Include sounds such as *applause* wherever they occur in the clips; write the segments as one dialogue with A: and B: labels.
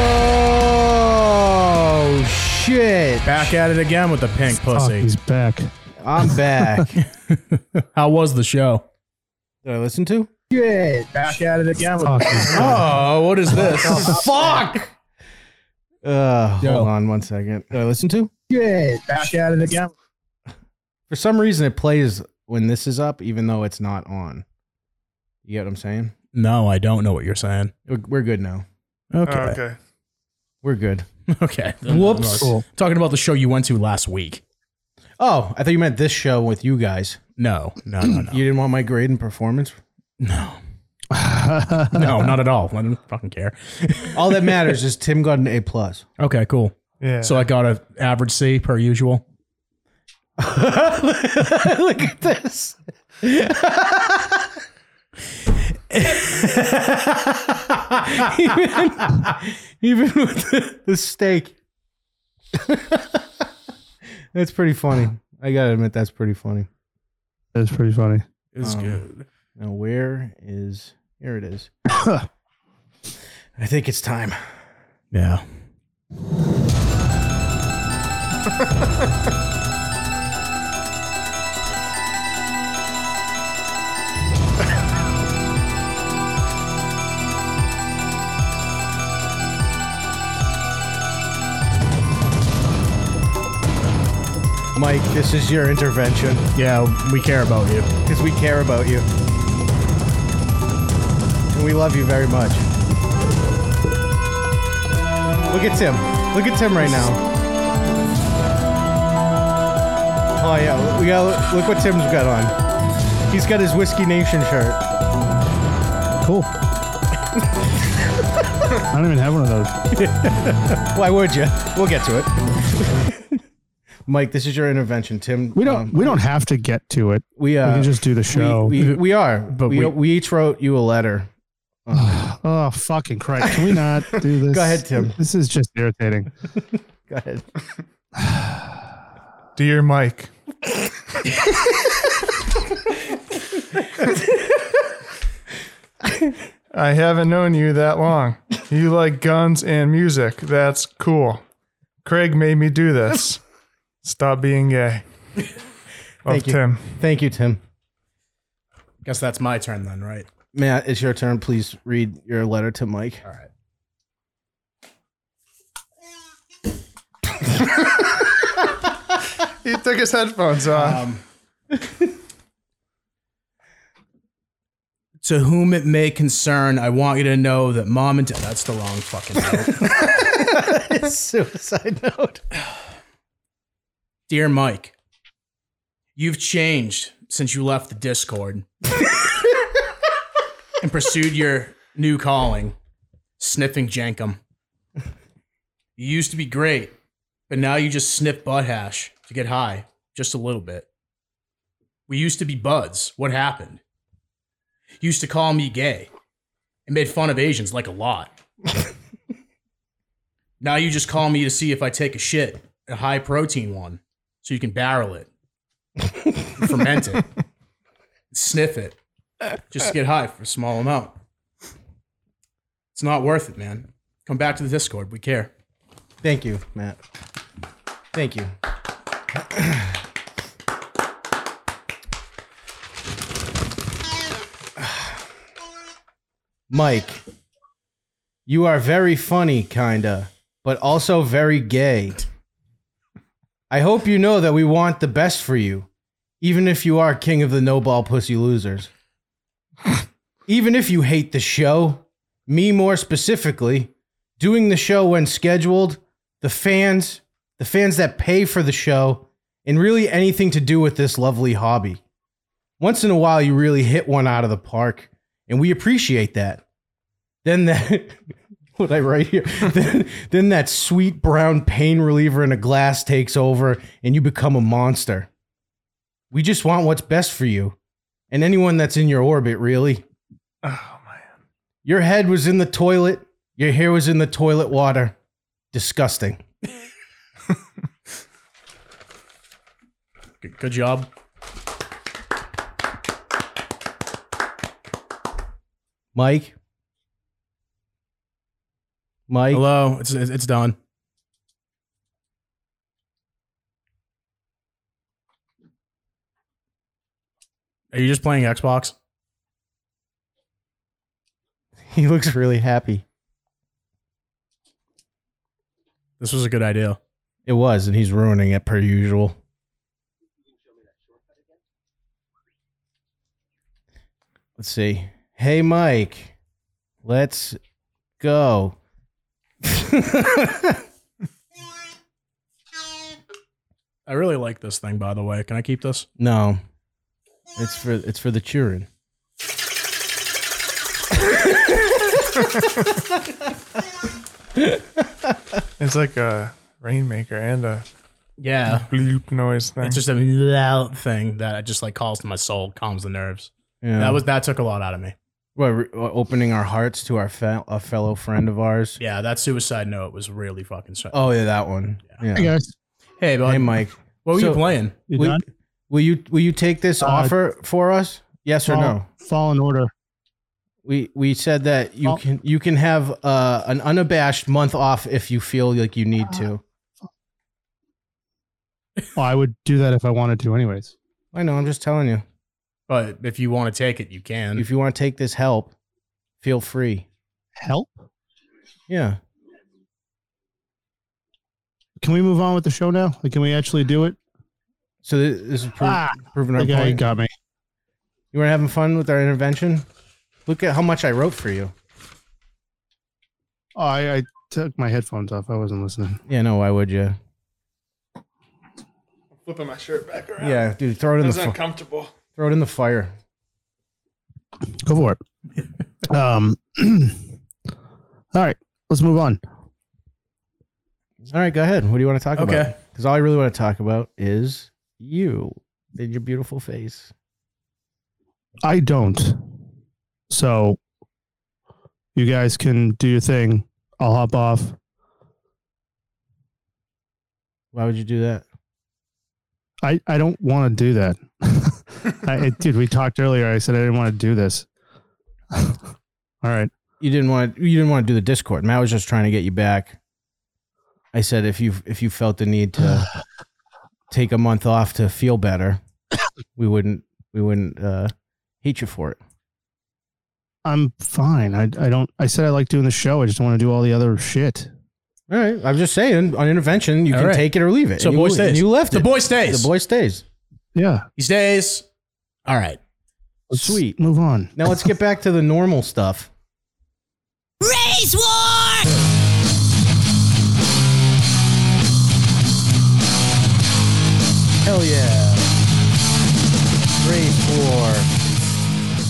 A: Oh,
B: Rich.
C: Back at it again with the pink
D: Oh,
C: pussy.
D: he's back.
B: I'm
A: *laughs*
B: back. Did
C: How was the show?
B: I listen to? Rich.
C: Back at it again
D: Fuck, *laughs* he's back.
C: Oh, what is this?
B: Fuck. Uh,
C: Yo.
B: hold on one second. Did I listen to?
C: Back at it again.
B: For some reason, it plays when this is up, even though it's not on. You get what I'm saying?
C: No, I don't know what you're saying.
B: We're- We're good now.
C: Okay.
E: Oh,
C: okay. *laughs*
E: okay.
B: We're good.
D: Whoops.
C: Cool. Talking about the show you went to last week.
B: Oh, I thought you meant this show with you guys.
C: No, no, no,
B: *laughs*
C: no.
B: You didn't want my grade and performance.
C: no. No, not at all. I don't fucking care.
B: All that matters is Tim got an A plus.
C: Okay, cool.
E: Yeah.
C: So I got an average C per usual.
B: Look at this. even, even with the, the steak. that's pretty funny. I gotta admit, that's pretty funny.
D: That's pretty funny.
C: It's
B: Um, Now, where is here? It is. *coughs* I think it's time.
C: Yeah.
B: Mike, this is your intervention
C: Yeah, we care about you.
B: because we care about you. And we love you very much. Look at Tim. Look at Tim right now. Oh, yeah. We got, look what Tim's got on. He's got his Whiskey Nation shirt.
D: Cool. I don't even have one of those.
B: Why would you? We'll get to it. *laughs* Mike, this is your intervention. Tim,
D: We don't.
B: um,
D: we don't have to get to it.
B: we, uh,
D: we can just do the show.
B: We, we, we are, but we,
C: we-
B: we each wrote you a letter.
D: oh fucking Christ! Can we not *laughs* do this?
B: Go ahead, Tim.
D: This is just irritating.
B: Go ahead.
E: Dear Mike, I haven't known you that long. You like guns and music. That's cool. Craig made me do this. Stop being gay. Love
B: Thank you.
E: Tim.
B: Thank you, Tim.
C: Guess that's my turn then, right?
B: Matt, it's your turn. Please read your letter to Mike.
C: All right.
E: He took his headphones off.
C: Um, to whom it may concern, I want you to know that mom and dad. That's the wrong fucking note.
B: *laughs* Suicide note.
C: Dear Mike, you've changed since you left the Discord and pursued your new calling, sniffing jankum. You used to be great, but now you just sniff butt hash to get high just a little bit. We used to be buds. What happened? You used to call me gay and made fun of Asians like a lot. now you just call me to see if I take a shit, a high protein one, so you can barrel it, and ferment it, and sniff it, just to get high for a small amount. It's not worth it, man. Come back to the Discord. We care.
B: Thank you, Matt. Thank you. Mike, you are very funny, kinda, but also very gay. I hope you know that we want the best for you, even if you are king of the no ball pussy losers. even if you hate the show, me more specifically, doing the show when scheduled, the fans, the fans that pay for the show, and really anything to do with this lovely hobby. Once in a while, you really hit one out of the park, and we appreciate that. Then that. *laughs* What I write here. *laughs* then, then that sweet brown pain reliever in a glass takes over and you become a monster. We just want what's best for you and anyone that's in your orbit, really.
E: oh man.
B: Your head was in the toilet. Your hair was in the toilet water. Disgusting.
C: Good, good job.
B: Mike? Mike?
C: Hello. It's it's done. Are you just playing Xbox?
B: *laughs* He looks really happy.
C: This was a good idea.
B: It was, and he's ruining it per usual. Let's see. Hey, Mike, let's go. *laughs*
C: I really like this thing, by the way. Can I keep this?
B: no, it's for it's for the children.
E: It's like a rainmaker and a
C: Yeah.
E: bloop noise thing.
C: It's just a loud thing that I just like calls to my soul, calms the nerves.
B: Yeah.
C: That was that took a lot out of me.
B: what, re- opening our hearts to our fe- a fellow friend of ours.
C: Yeah, that suicide note was really fucking. Su-
B: Oh yeah, that one. Yeah.
D: Hey guys,
C: hey, bud,
B: Hey, Mike,
C: what were
B: So-
C: you playing?
D: you
B: will,
D: done?
B: will you will you take this
D: Uh,
B: offer for us? Yes or
D: Fall-
B: no?
D: Fall in order.
B: We we said that you
D: Oh.
B: can you can have uh, an unabashed month off if you feel like you need to.
D: Well, Oh, I would do that if I wanted to, anyways.
B: I know. I'm just telling you.
C: But if you want to take it, you can.
B: If you want to take this help, feel free.
D: Help?
B: Yeah.
D: Can we move on with the show now? Like, can we actually do it?
B: So thi- this is pro-
D: Ah,
B: proving our
D: the guy
B: point.
D: got me.
B: You were having fun with our intervention. Look at how much I wrote for you.
D: Oh, I, I took my headphones off. I wasn't listening.
B: Yeah. No. Why would you?
E: flipping my shirt back around.
B: Yeah, dude. Throw it in the fi-
E: uncomfortable.
B: throw it in the fire.
D: Go for *laughs* it. um. *clears throat* all right, let's move on.
B: All right. Go ahead. What do you want to talk about?
C: Okay.
B: Because all I really want to talk about is you and your beautiful face.
D: I don't. So you guys can do your thing. I'll hop off.
B: Why would you do that?
D: I, I don't want to do that. *laughs* I, I- dude, we talked earlier. I said I didn't want to do this. *laughs* all right.
B: you didn't want to, you didn't want to do the Discord. Matt was just trying to get you back. I said if you if you felt the need to *sighs* take a month off to feel better, we wouldn't we wouldn't uh, hate you for it.
D: I'm fine. I, I don't. I said I like doing the show. I just don't want to do all the other shit.
B: All right, I'm just saying on intervention you
C: All
B: can
C: right.
B: take it or leave it.
C: So
B: and
C: boy
B: you,
C: stays.
B: and you left
C: the
B: it.
C: boy stays.
B: The boy stays.
D: Yeah.
C: he stays. All right.
D: Let's
B: Sweet.
D: Move on.
B: Now let's get back to the normal stuff.
F: Race War!
B: Hell yeah. Race war.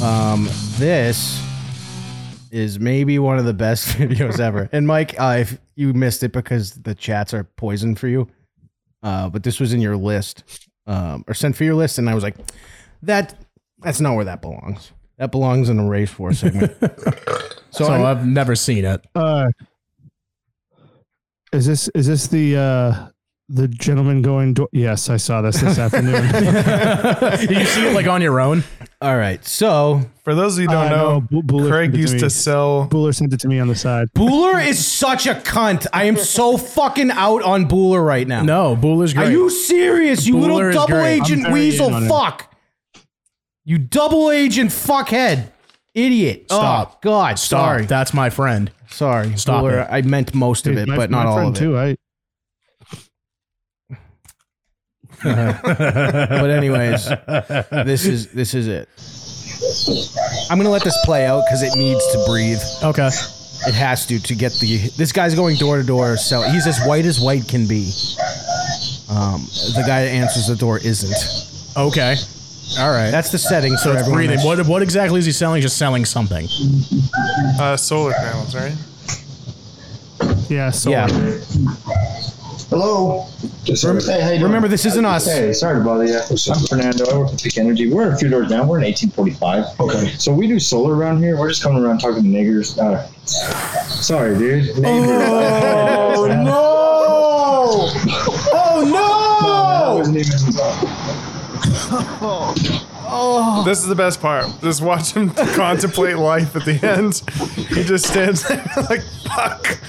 B: Um, this is maybe one of the best *laughs* videos ever. And Mike, uh, if you missed it because the chats are poison for you, uh, but this was in your list um, or sent for your list, and I was like, that that's not where that belongs. That belongs in a race war segment. so
C: So,
B: I'm-
C: I've never seen
B: *laughs*
C: it.
D: Uh, is this is this the uh, the gentleman going? Do- yes, I saw this
B: *laughs*
D: this afternoon.
C: Did you see it like on your own?
B: all right. So
E: For those of you who don't
D: Uh, no,
E: know,
D: Bu- Buller
E: Craig
D: sent it to
E: used
D: me.
E: to sell.
D: Buller sent it to me on the side.
B: Booler is such a cunt. I am so fucking out on Booler right now.
C: No, Booler's great.
B: Are you serious? You
C: Bueller
B: little
C: is
B: double
C: great.
B: agent
D: I'm very
B: weasel
D: in on it.
B: fuck. You double agent fuckhead. Idiot.
C: Stop.
B: Oh, God.
C: Stop.
B: Sorry.
C: That's my friend.
B: Sorry.
C: Stop
B: Bueller,
C: it.
B: I meant most of it,
D: My-
B: but
D: my
B: not all
D: friend
B: of it.
D: Too. I,
C: *laughs*
B: But anyways, this is this is it. I'm gonna let this play out because it needs to breathe.
C: Okay.
B: It has to to get the. This guy's going door to door, so he's as white as white can be. Um, the guy that answers the door isn't.
C: Okay. All right.
B: That's the setting. So
C: so it's
B: everyone
C: breathing.
B: that's-
C: What, what exactly is he selling? Just selling something.
B: *laughs*
E: Uh, solar panels, right?
D: yeah. So
B: Yeah.
G: Hello. Just hey, how you doing?
B: Remember, this isn't us.
G: Hey, sorry to bother you. I'm Fernando. I work at Peak Energy. We're a few doors down. We're in 1845. Okay. So we do solar around here. We're just coming around talking to niggers. Uh, sorry, dude. Oh *laughs* no! Oh no!
E: This is the best part. Just watch him *laughs* contemplate life at the end. He just stands there *laughs* like, fuck.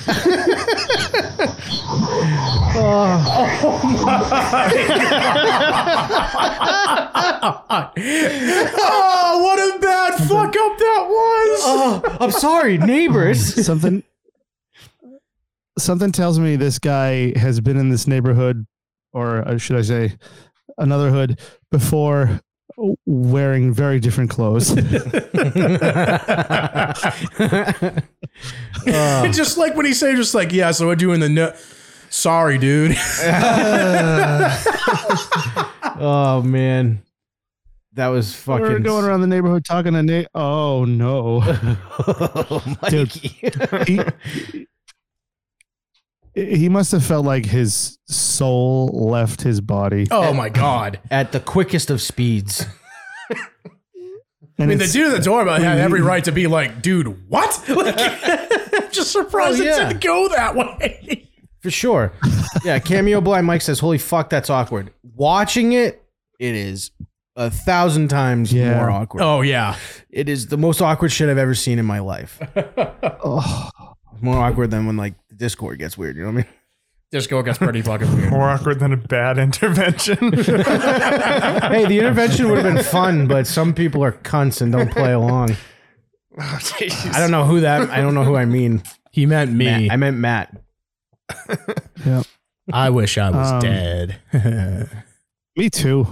C: oh, what a
B: *laughs*
C: bad fuck up that was.
B: Oh, I'm
A: *laughs*
B: sorry, neighbors.
D: something something tells me this guy has been in this neighborhood or uh, should i say another hood before wearing very
C: *laughs*
D: different clothes
B: Uh.
C: just like when he said, just like, yeah, so we're doing the no. Sorry, dude. *laughs*
B: oh man, that was fucking.
D: we're going
B: *laughs*
D: around the neighborhood talking to Nate.
C: *laughs*
D: oh no
B: Oh, Mikey.
D: he, he must have felt like his soul left his body
C: oh my god.
B: At the quickest of speeds.
D: and
C: I mean, the
D: it's-
C: dude at the doorbell had every right to be like, dude, what? *laughs* Like, *laughs* I'm just surprised
B: Oh,
C: it
B: yeah.
C: didn't go that way. *laughs*
B: For sure. Yeah, Cameo Blind Mike says, Holy fuck, that's awkward. Watching it, it is a thousand times
D: Yeah.
B: more awkward.
C: Oh, yeah.
B: It is the most awkward shit I've ever seen in my *laughs* life.
D: oh,
B: More awkward than when like the Discord gets weird, you know what I mean?
C: Disco gets pretty fucking weird.
E: More awkward than a bad *laughs* intervention.
C: Oh,
B: Hey, the intervention would have been fun, but some people are cunts and don't play along. I don't know who that I don't know who I mean.
C: *laughs* He meant
B: Matt-
C: me.
B: I meant Matt.
D: yeah
C: I wish I was
D: Um,
C: dead. *laughs*
D: me too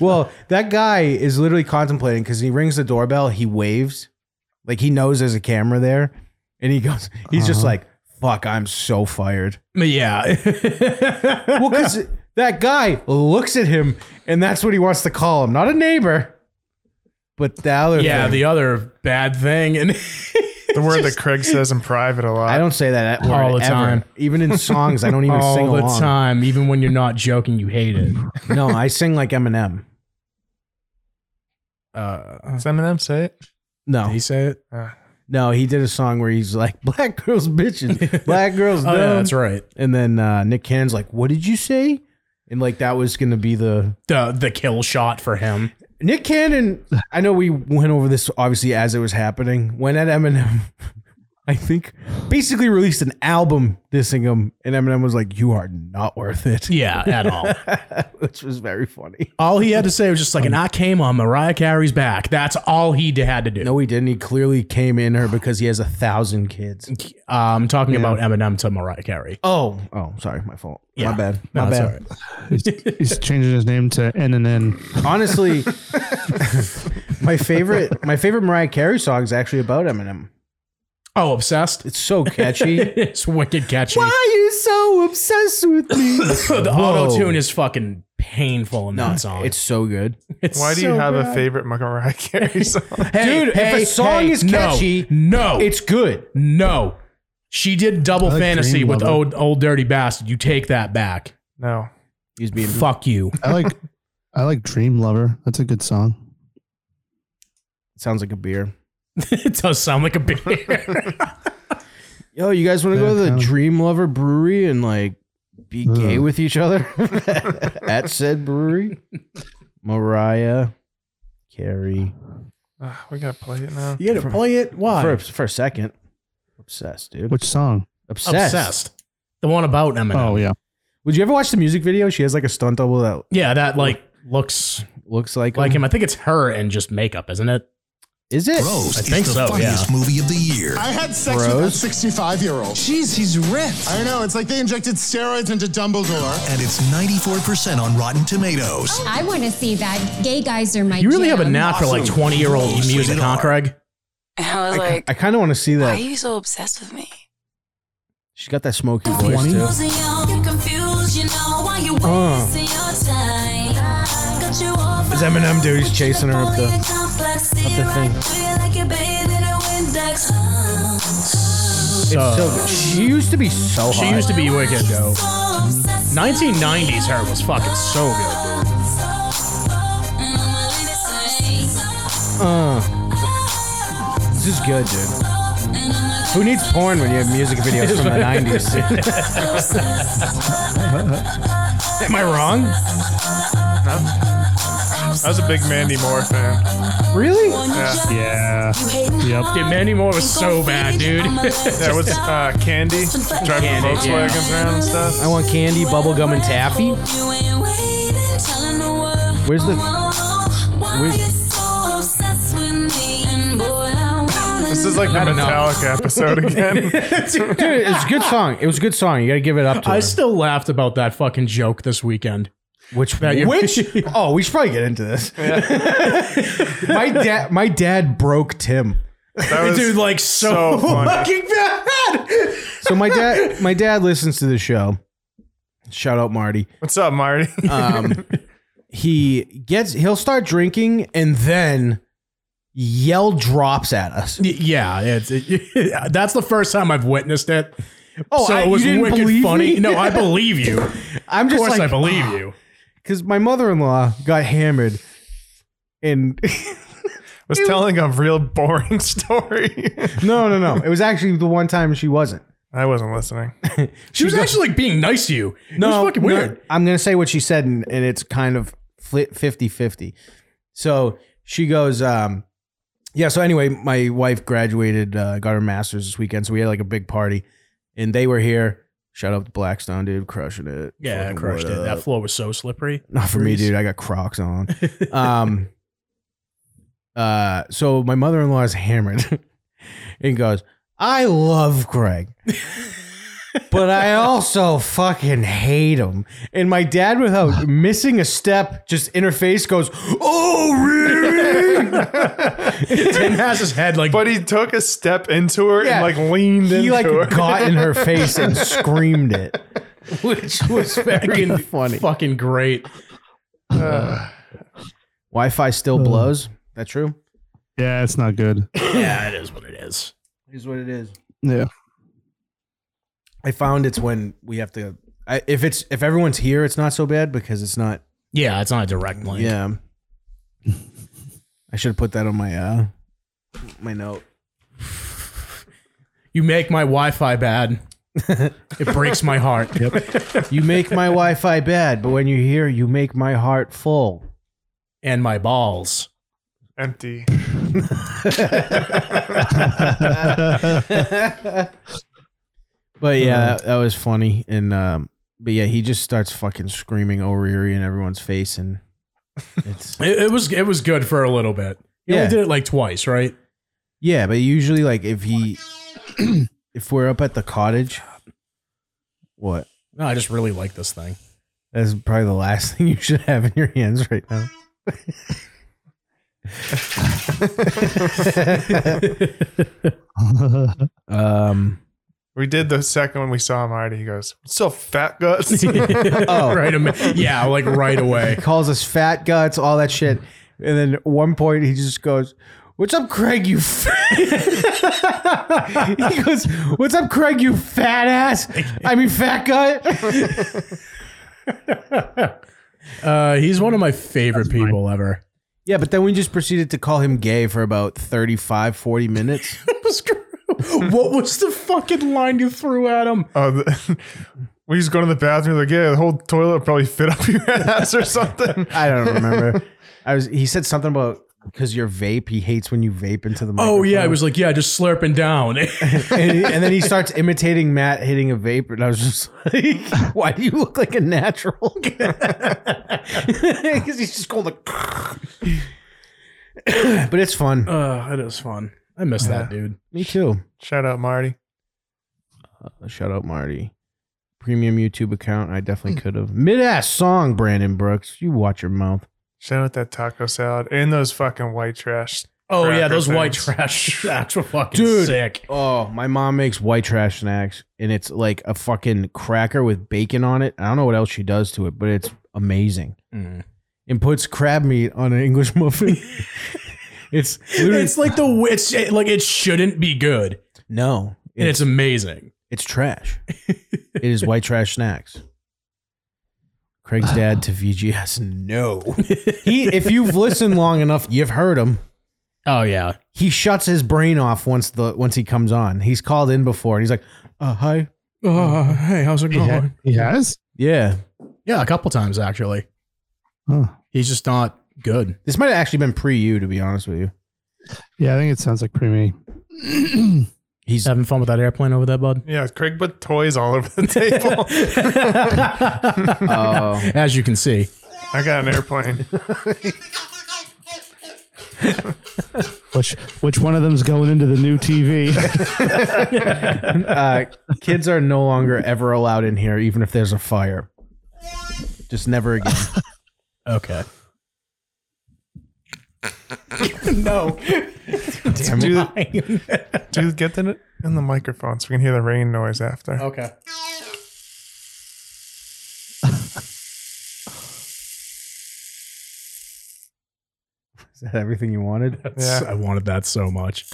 B: well, that guy is literally contemplating because he rings the doorbell, he waves, like he knows there's a camera there, and he goes, he's just like, "Fuck, I'm so fired."
C: But yeah. *laughs*
B: Well, because that guy looks at him, and that's what he wants to call him, not a neighbor, but the other.
C: yeah,
B: thing.
C: the other bad thing. *laughs* And
E: the word that Craig says in private a lot.
B: I don't say that at
C: All the time.
B: even in songs. I don't *laughs* even
C: all
B: sing
C: the
B: along.
C: time, even when you're not joking, you hate it.
B: No, I sing like Eminem.
C: Uh,
E: Does Eminem say it? Uh,
B: No,
C: did he say it?
B: No, he did a song where he's like, *laughs* "Black girls bitches, black girls dumb,"
C: *laughs* *laughs* Oh, yeah, that's right.
B: and then uh, Nick Cannon's like, "What did you say?" And like that was gonna be the
C: The the kill shot for him.
B: Nick Cannon. I know we went over this obviously as it was happening. When at Eminem, *laughs* I think basically released an album dissing him, and Eminem was like, "You are not worth it," *laughs*
C: Yeah, at all.
B: which was very funny.
C: *laughs* all he had to say was just like, and I came on Mariah Carey's back. That's all he d- had to do.
B: No, he didn't. He clearly came in her because he has a thousand kids.
C: I'm Um, talking about Eminem to Mariah Carey.
B: Oh, oh, sorry, my fault.
C: Yeah.
B: My bad.
C: No,
B: My
C: it's
B: bad.
C: all right.
D: he's, he's changing his name to nnn
B: *laughs* Honestly, my favorite my favorite Mariah Carey song is actually about Eminem.
C: Oh, obsessed. *laughs*
B: It's so *laughs* catchy.
C: it's wicked catchy.
B: are you so obsessed with me?
C: the
B: Whoa.
C: auto tune is fucking painful in
B: No,
C: that song.
B: *coughs* it's so good.
C: It's
E: Why do you
C: so
E: have a
C: bad.
E: favorite
C: *laughs*
E: Mariah Carey song?
C: Hey,
B: Dude, if a
C: hey,
B: song
C: hey,
B: is
C: no,
B: catchy,
C: no, it's
B: It's good.
C: no. She did double
D: like
C: fantasy
D: Dream
C: with
D: Lover.
C: old old dirty bastard. You take that back.
E: No.
B: He's being
C: Fuck you. *laughs*
D: i like i like dream lover that's a good song
B: Sounds like a beer.
C: it does sound like a beer.
B: Yo, you guys want to go to the
D: Yeah.
B: Dream Lover Brewery and like be gay
D: Ugh.
B: with each other *laughs* at said brewery? Mariah Carey.
E: Ugh, we gotta play it now.
C: *laughs* you gotta play it. Why?
B: For, for a second. Obsessed, dude.
D: which song
B: Obsessed.
C: obsessed. The one about Eminem.
D: oh yeah
B: Would you ever watch the music video? She has like a stunt double that
C: Yeah, that like looks
B: looks like
C: like him. I think it's her and just makeup, isn't it?
B: Is it?
G: Gross
C: I think
G: is the
C: so,
G: funniest movie of the year.
H: I had sex with a
B: Bros?
H: 65 year old.
G: Jeez, he's ripped.
H: I know, it's like they injected steroids into Dumbledore.
G: And it's 94% on Rotten Tomatoes.
I: I want to see that. Gay guys are my
C: You really have a
I: jam.
C: knack for like
G: Awesome.
C: 20 year old
G: Rated
C: music, huh,
G: R.
C: Craig?
F: And I was like,
B: I kind of want to see
F: why are
B: that.
F: you so obsessed with me?
B: She's got that smoky voice too.
F: Is
B: Eminem dude, he's chasing her up the- the thing.
C: So,
B: So good. she used to be so hot.
C: she used to be wicked, though. 1990s her was fucking so good, dude.
B: Uh. This is good, dude.
A: Who needs porn when you have music videos
B: *laughs*
A: from the 90s?
C: Am I wrong?
E: I was a big Mandy Moore fan.
A: really?
E: Yeah,
D: Yeah. Yep.
C: Dude, Mandy Moore was so bad, dude.
E: yeah what's uh, Candy
C: Candy,
E: driving
C: yeah.
E: Volkswagens around and stuff?
A: I want candy, bubblegum, and taffy. Where's the-
E: This is like the Metallica episode
C: *laughs*
E: again.
A: Dude, it's a *laughs* good song. It was a good song. You got to give it up to
C: I
A: her.
C: still laughed about that fucking joke this weekend.
A: Which
C: That you-
A: which *laughs* oh, we should probably get into this. my dad, my dad broke Tim.
E: That was
C: Dude, like so,
E: so
C: *laughs*
E: funny.
C: fucking bad.
A: So my dad, my dad listens to the show. Shout out Marty.
E: What's up, Marty?
A: Um, he gets he'll start drinking and then yell drops at us.
C: Y- Yeah, it's, it, *laughs* that's the first time I've witnessed it.
A: Oh,
C: so
A: I-
C: it was
A: you didn't
C: wicked
A: believe
C: funny.
A: me?
C: No, I believe *laughs* you. Of
A: I'm just
C: course,
A: like
C: I believe
A: *gasps*
C: you.
A: because my mother-in-law got hammered and *laughs*
E: was telling a real boring *laughs* story.
A: no no no it was actually the one time she wasn't
E: I wasn't listening.
C: *gasps* She was actually like being nice to you. No, it was fucking
A: no,
C: weird.
A: I'm going to say what she said, and, and it's kind of 50 50. So she goes, um, yeah. So anyway, my wife graduated, uh, got her master's this weekend. So we had like a big party, and they were here. Shout out to Blackstone, dude, crushing it.
C: Yeah, I
A: Fucking
C: crushed
A: what
C: it.
A: up.
C: That floor was so slippery. *laughs*
A: Not for me,
C: Freeze.
A: dude. I got Crocs on. Um, uh, so my mother in law is hammered *laughs* and goes, I love Greg, but I also fucking hate him. And my dad, without missing a step, just in her face goes, Oh, really?
C: Tim has his head like
E: But he took a step into her
A: Yeah.
E: and like leaned
A: he
E: into
A: like *laughs*
E: her.
A: got in her face and screamed it,
C: *laughs*
A: which was very funny.
C: fucking great.
A: Wi Fi still blows. That true?
D: Yeah, it's
A: *laughs*
D: not good.
C: Yeah, it is what it is.
A: Is what it is.
D: *laughs* Yeah.
A: I found it's when we have to. I, if it's if everyone's here, it's not so bad because it's not.
C: Yeah, it's not a direct link.
A: Yeah. I should have put that on my uh my note.
C: You make my
A: *laughs*
C: Wi-Fi bad. it breaks my heart.
A: You make my Wi-Fi bad, but when you're here, you make my heart full. *laughs*
C: And my balls.
E: Empty.
A: But yeah, that, that was funny. And um, but yeah, he just starts fucking screaming O'Reary in everyone's face, and it's
C: It, it was it was good for a little bit. You
A: Yeah.
C: only did it like twice, right?
A: yeah. But usually, like if he *clears throat* if we're up at the cottage, what?
C: No, I just really like this thing.
A: That's probably the last *laughs* thing you should have in your hands right now. um.
E: We did the second one we saw Marty. He goes, So fat
A: *laughs*
E: guts.
A: Oh.
C: right. ama- Yeah, like right
A: *laughs*
C: away.
A: calls us fat guts, all that shit. And then at one point, he just goes, "What's up, Craig? You." *laughs* Fat? he goes, "What's up, Craig? You fat ass? I mean, fat guy."
C: Uh, he's one of my favorite people ever.
A: yeah, but then we just proceeded to call him gay for about 35, 40 minutes.
C: *laughs* what was the fucking line you threw at him?
E: *laughs* Oh, the- *laughs* we just go to the bathroom. Like, yeah, the whole toilet would probably fit up your *laughs* ass or something.
A: *laughs*
E: *laughs*
A: I don't remember. I was. He said something about because you're vape. He hates when you vape into the. Microphone.
C: Oh yeah, it was like yeah, just slurping down. *laughs*
A: and, he- and then he starts imitating Matt hitting a vape, and I was just *laughs* like, "Why do you look like a natural?" *laughs* Because he's just going like, *coughs* but it's fun.
C: uh, it was fun. I miss that dude.
A: Me too. Uh,
E: Shout out, Marty.
A: Shout out Marty, premium YouTube account. I definitely could have mid ass song. Brandon Brooks, you watch your mouth.
E: Shout out that taco salad and those fucking white trash.
C: Oh yeah,
E: Cracker
C: those white *laughs*
E: things.
C: trash snacks were fucking
A: Dude.
C: sick.
A: Oh, my mom makes white trash snacks, and it's like a fucking cracker with bacon on it. I don't know what else she does to it, but it's amazing. And puts crab meat on an English *laughs* muffin. it's literally
C: It's like the it's it- like it shouldn't be good,
A: no,
C: and
A: it's
C: it's amazing.
A: it's trash. it is white trash snacks. Craig's dad to VGS. No, he. If you've listened long enough, you've heard him.
C: Oh yeah.
A: He shuts his brain off once the once he comes on. He's called in before and he's like, uh hi.
C: Oh, hey, how's it
D: He, ha- he has?
A: Yeah.
C: Yeah, a couple times actually.
D: Huh.
C: He's just not good.
A: This might have actually been pre you, to be honest with you.
D: Yeah, I think it sounds like pre me.
A: He's
C: Having fun with that airplane over there, bud.
E: Yeah, Craig put toys all
A: *laughs*
E: over the table.
A: Oh.
C: As you can see.
E: I got an airplane.
D: which which one of them's going into the new TV?
C: *laughs*
A: uh, kids are no longer ever allowed in here, even if there's a fire. Just never *laughs* again.
C: *laughs* Okay.
A: Damn it.
E: Do, do get the, in the microphone so we can hear the rain noise after.
C: Okay.
A: Is that everything you wanted?
E: Yeah.
C: I wanted that so much.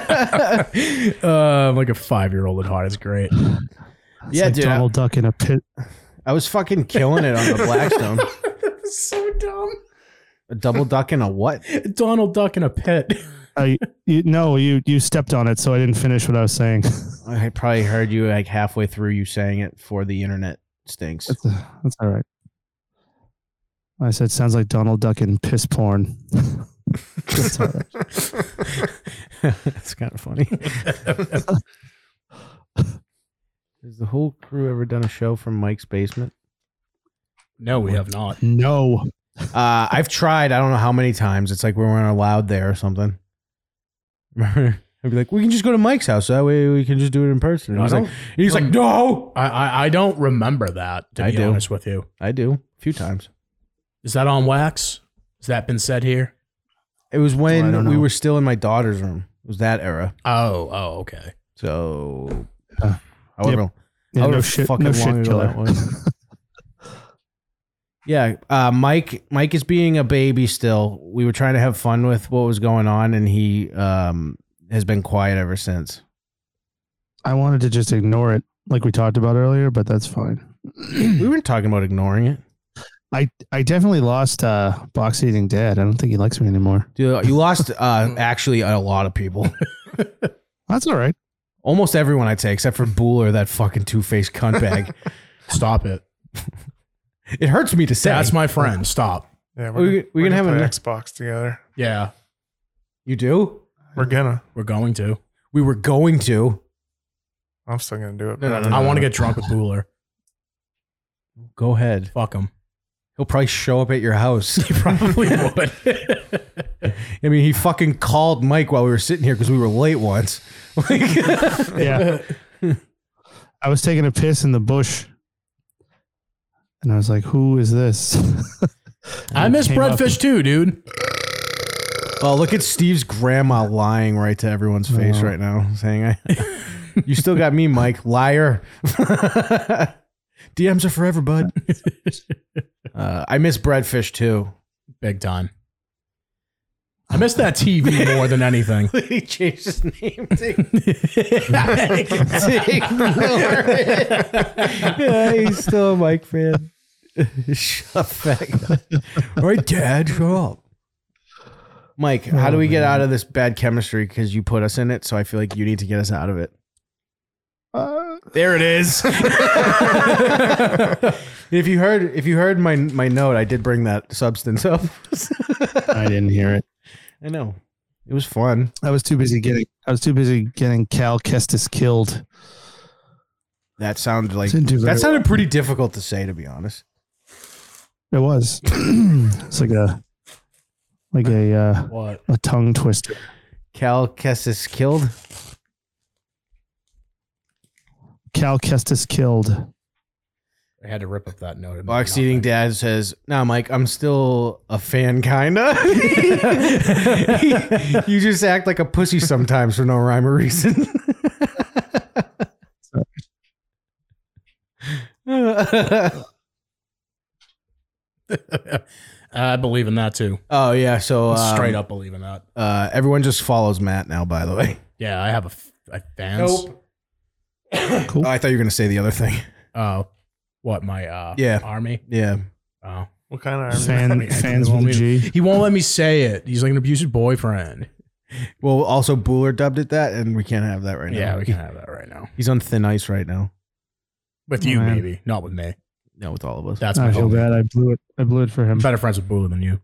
C: uh, I'm like a five year old at heart. It's great.
D: It's
A: yeah,
D: like
A: dude. I,
D: Donald Duck in a pit.
A: I was fucking killing it on the *laughs* Blackstone.
C: so dumb.
A: a double duck and a what?
C: Donald Duck in a pit.
D: I you, no, you you stepped on it, so I didn't finish what I was saying.
A: I probably heard you like halfway through you saying it for the internet *laughs* stinks.
D: *laughs* That's, that's all right. I said sounds like Donald Duck in piss porn. That's all right.
A: That's kind of *laughs* funny. Has the whole crew ever done a show from Mike's basement?
C: No, we have not.
D: *laughs* No,
A: Uh, I've tried. I don't know how many times. It's like we weren't allowed there or something. *laughs* Remember? I'd be like, we can just go to Mike's house. That way we can just do it in person. And
C: I
A: he's
C: don't
A: like, he's like, no,
C: I, I, I don't remember that, to
A: I
C: be
A: do.
C: honest with you.
A: I do a few times.
C: Is that on wax? Has that been said here?
A: It was
D: I don't
A: when we
D: know.
A: were still in my daughter's room. It was that era.
C: Oh, oh, okay.
A: So,
D: Uh,
A: however,
D: Yeah,
A: however
D: no shit,
A: fucking
D: no
A: long
D: shit
A: ago that
D: killer. *laughs*
A: was. yeah, uh, Mike. Mike is being a baby still. We were trying to have fun with what was going on, and he um, has been quiet ever since. *clears throat*
D: I wanted to just ignore it, like we talked about earlier, but that's *clears throat* fine.
A: we weren't talking about ignoring it.
D: I I definitely lost uh, box eating dad. I don't think he likes me anymore.
A: Dude, you lost
D: *laughs*
A: uh, actually a lot of people.
D: That's all right.
A: Almost everyone I'd say, except for Booler, that fucking two faced cunt bag.
C: Stop it.
A: it hurts me to say.
C: That's my friend. Stop.
E: Yeah,
A: We- we can have
E: play
A: an-
E: Xbox together.
C: Yeah,
A: you do.
E: We're gonna.
C: we're going to.
A: We were going to
E: I'm still gonna do it.
A: No, no,
E: but-
A: no,
C: I want to get drunk with Booler.
A: go ahead.
C: Fuck him.
A: He'll probably show up at your house.
C: *laughs* He probably would.
A: I mean, he fucking called Mike while we were sitting here because we were late once. Like,
D: Yeah. *laughs* I was taking a piss in the bush. And I was like, who is this?
C: I miss
D: Came up-
C: breadfish too, dude.
A: oh, look at Steve's grandma lying right to everyone's face
D: Oh.
A: right now, saying, "I, you still got me, Mike, liar." *laughs* DMs are forever, bud. Uh, I miss breadfish too.
C: Big time. I miss that *laughs* TV more than anything.
A: *laughs* he changed his name to Dick Miller. *laughs* yeah, he's still a Mike fan. shut the fuck up. All right, Dad, shut up. Mike, how do we get out of this bad chemistry? Because you put us in it, so I feel like you need to get us out of it. Uh,
C: there it is.
A: *laughs* If you heard, if you heard my my note, I did bring that substance up. *laughs*
D: I didn't hear it.
A: I know it was fun.
D: *laughs* I was too busy getting I was too busy getting Cal Kestis killed.
A: That sounded like
D: Didn't do very
A: that sounded pretty difficult to say, to be honest.
D: It was. *clears throat* it's like a like a uh,
C: what?
D: a tongue twister.
A: Cal Kessis killed.
D: Cal Kestis killed.
C: I had to rip up that note.
A: Box eating dad says, "No, Mike, I'm still a fan, kinda. *laughs* you just act like a pussy sometimes for no rhyme or reason." *laughs* oh
C: I believe in that too.
A: yeah, so um,
C: Straight up believe in that.
A: uh, everyone just follows Matt now. By the way,
C: Yeah, I have a, f- I fans.
A: oh, I thought you were gonna say the other thing.
C: Oh, what my uh
A: *laughs* Yeah.
C: army?
A: Yeah,
C: Oh,
E: What kind of army?
D: Fan, fans won't G.
C: He won't let me say it. He's like an abusive boyfriend.
A: Well, also Bueller dubbed it that, and we can't have that right now.
C: Yeah, we can have that right now.
A: He's on thin ice right now.
C: With you,
D: Oh, man.
C: maybe. Not with me.
A: No, with all of us.
C: That's my
D: I feel
C: hope.
D: bad. I blew it. I blew it for him.
C: I'm better friends with Bula than you.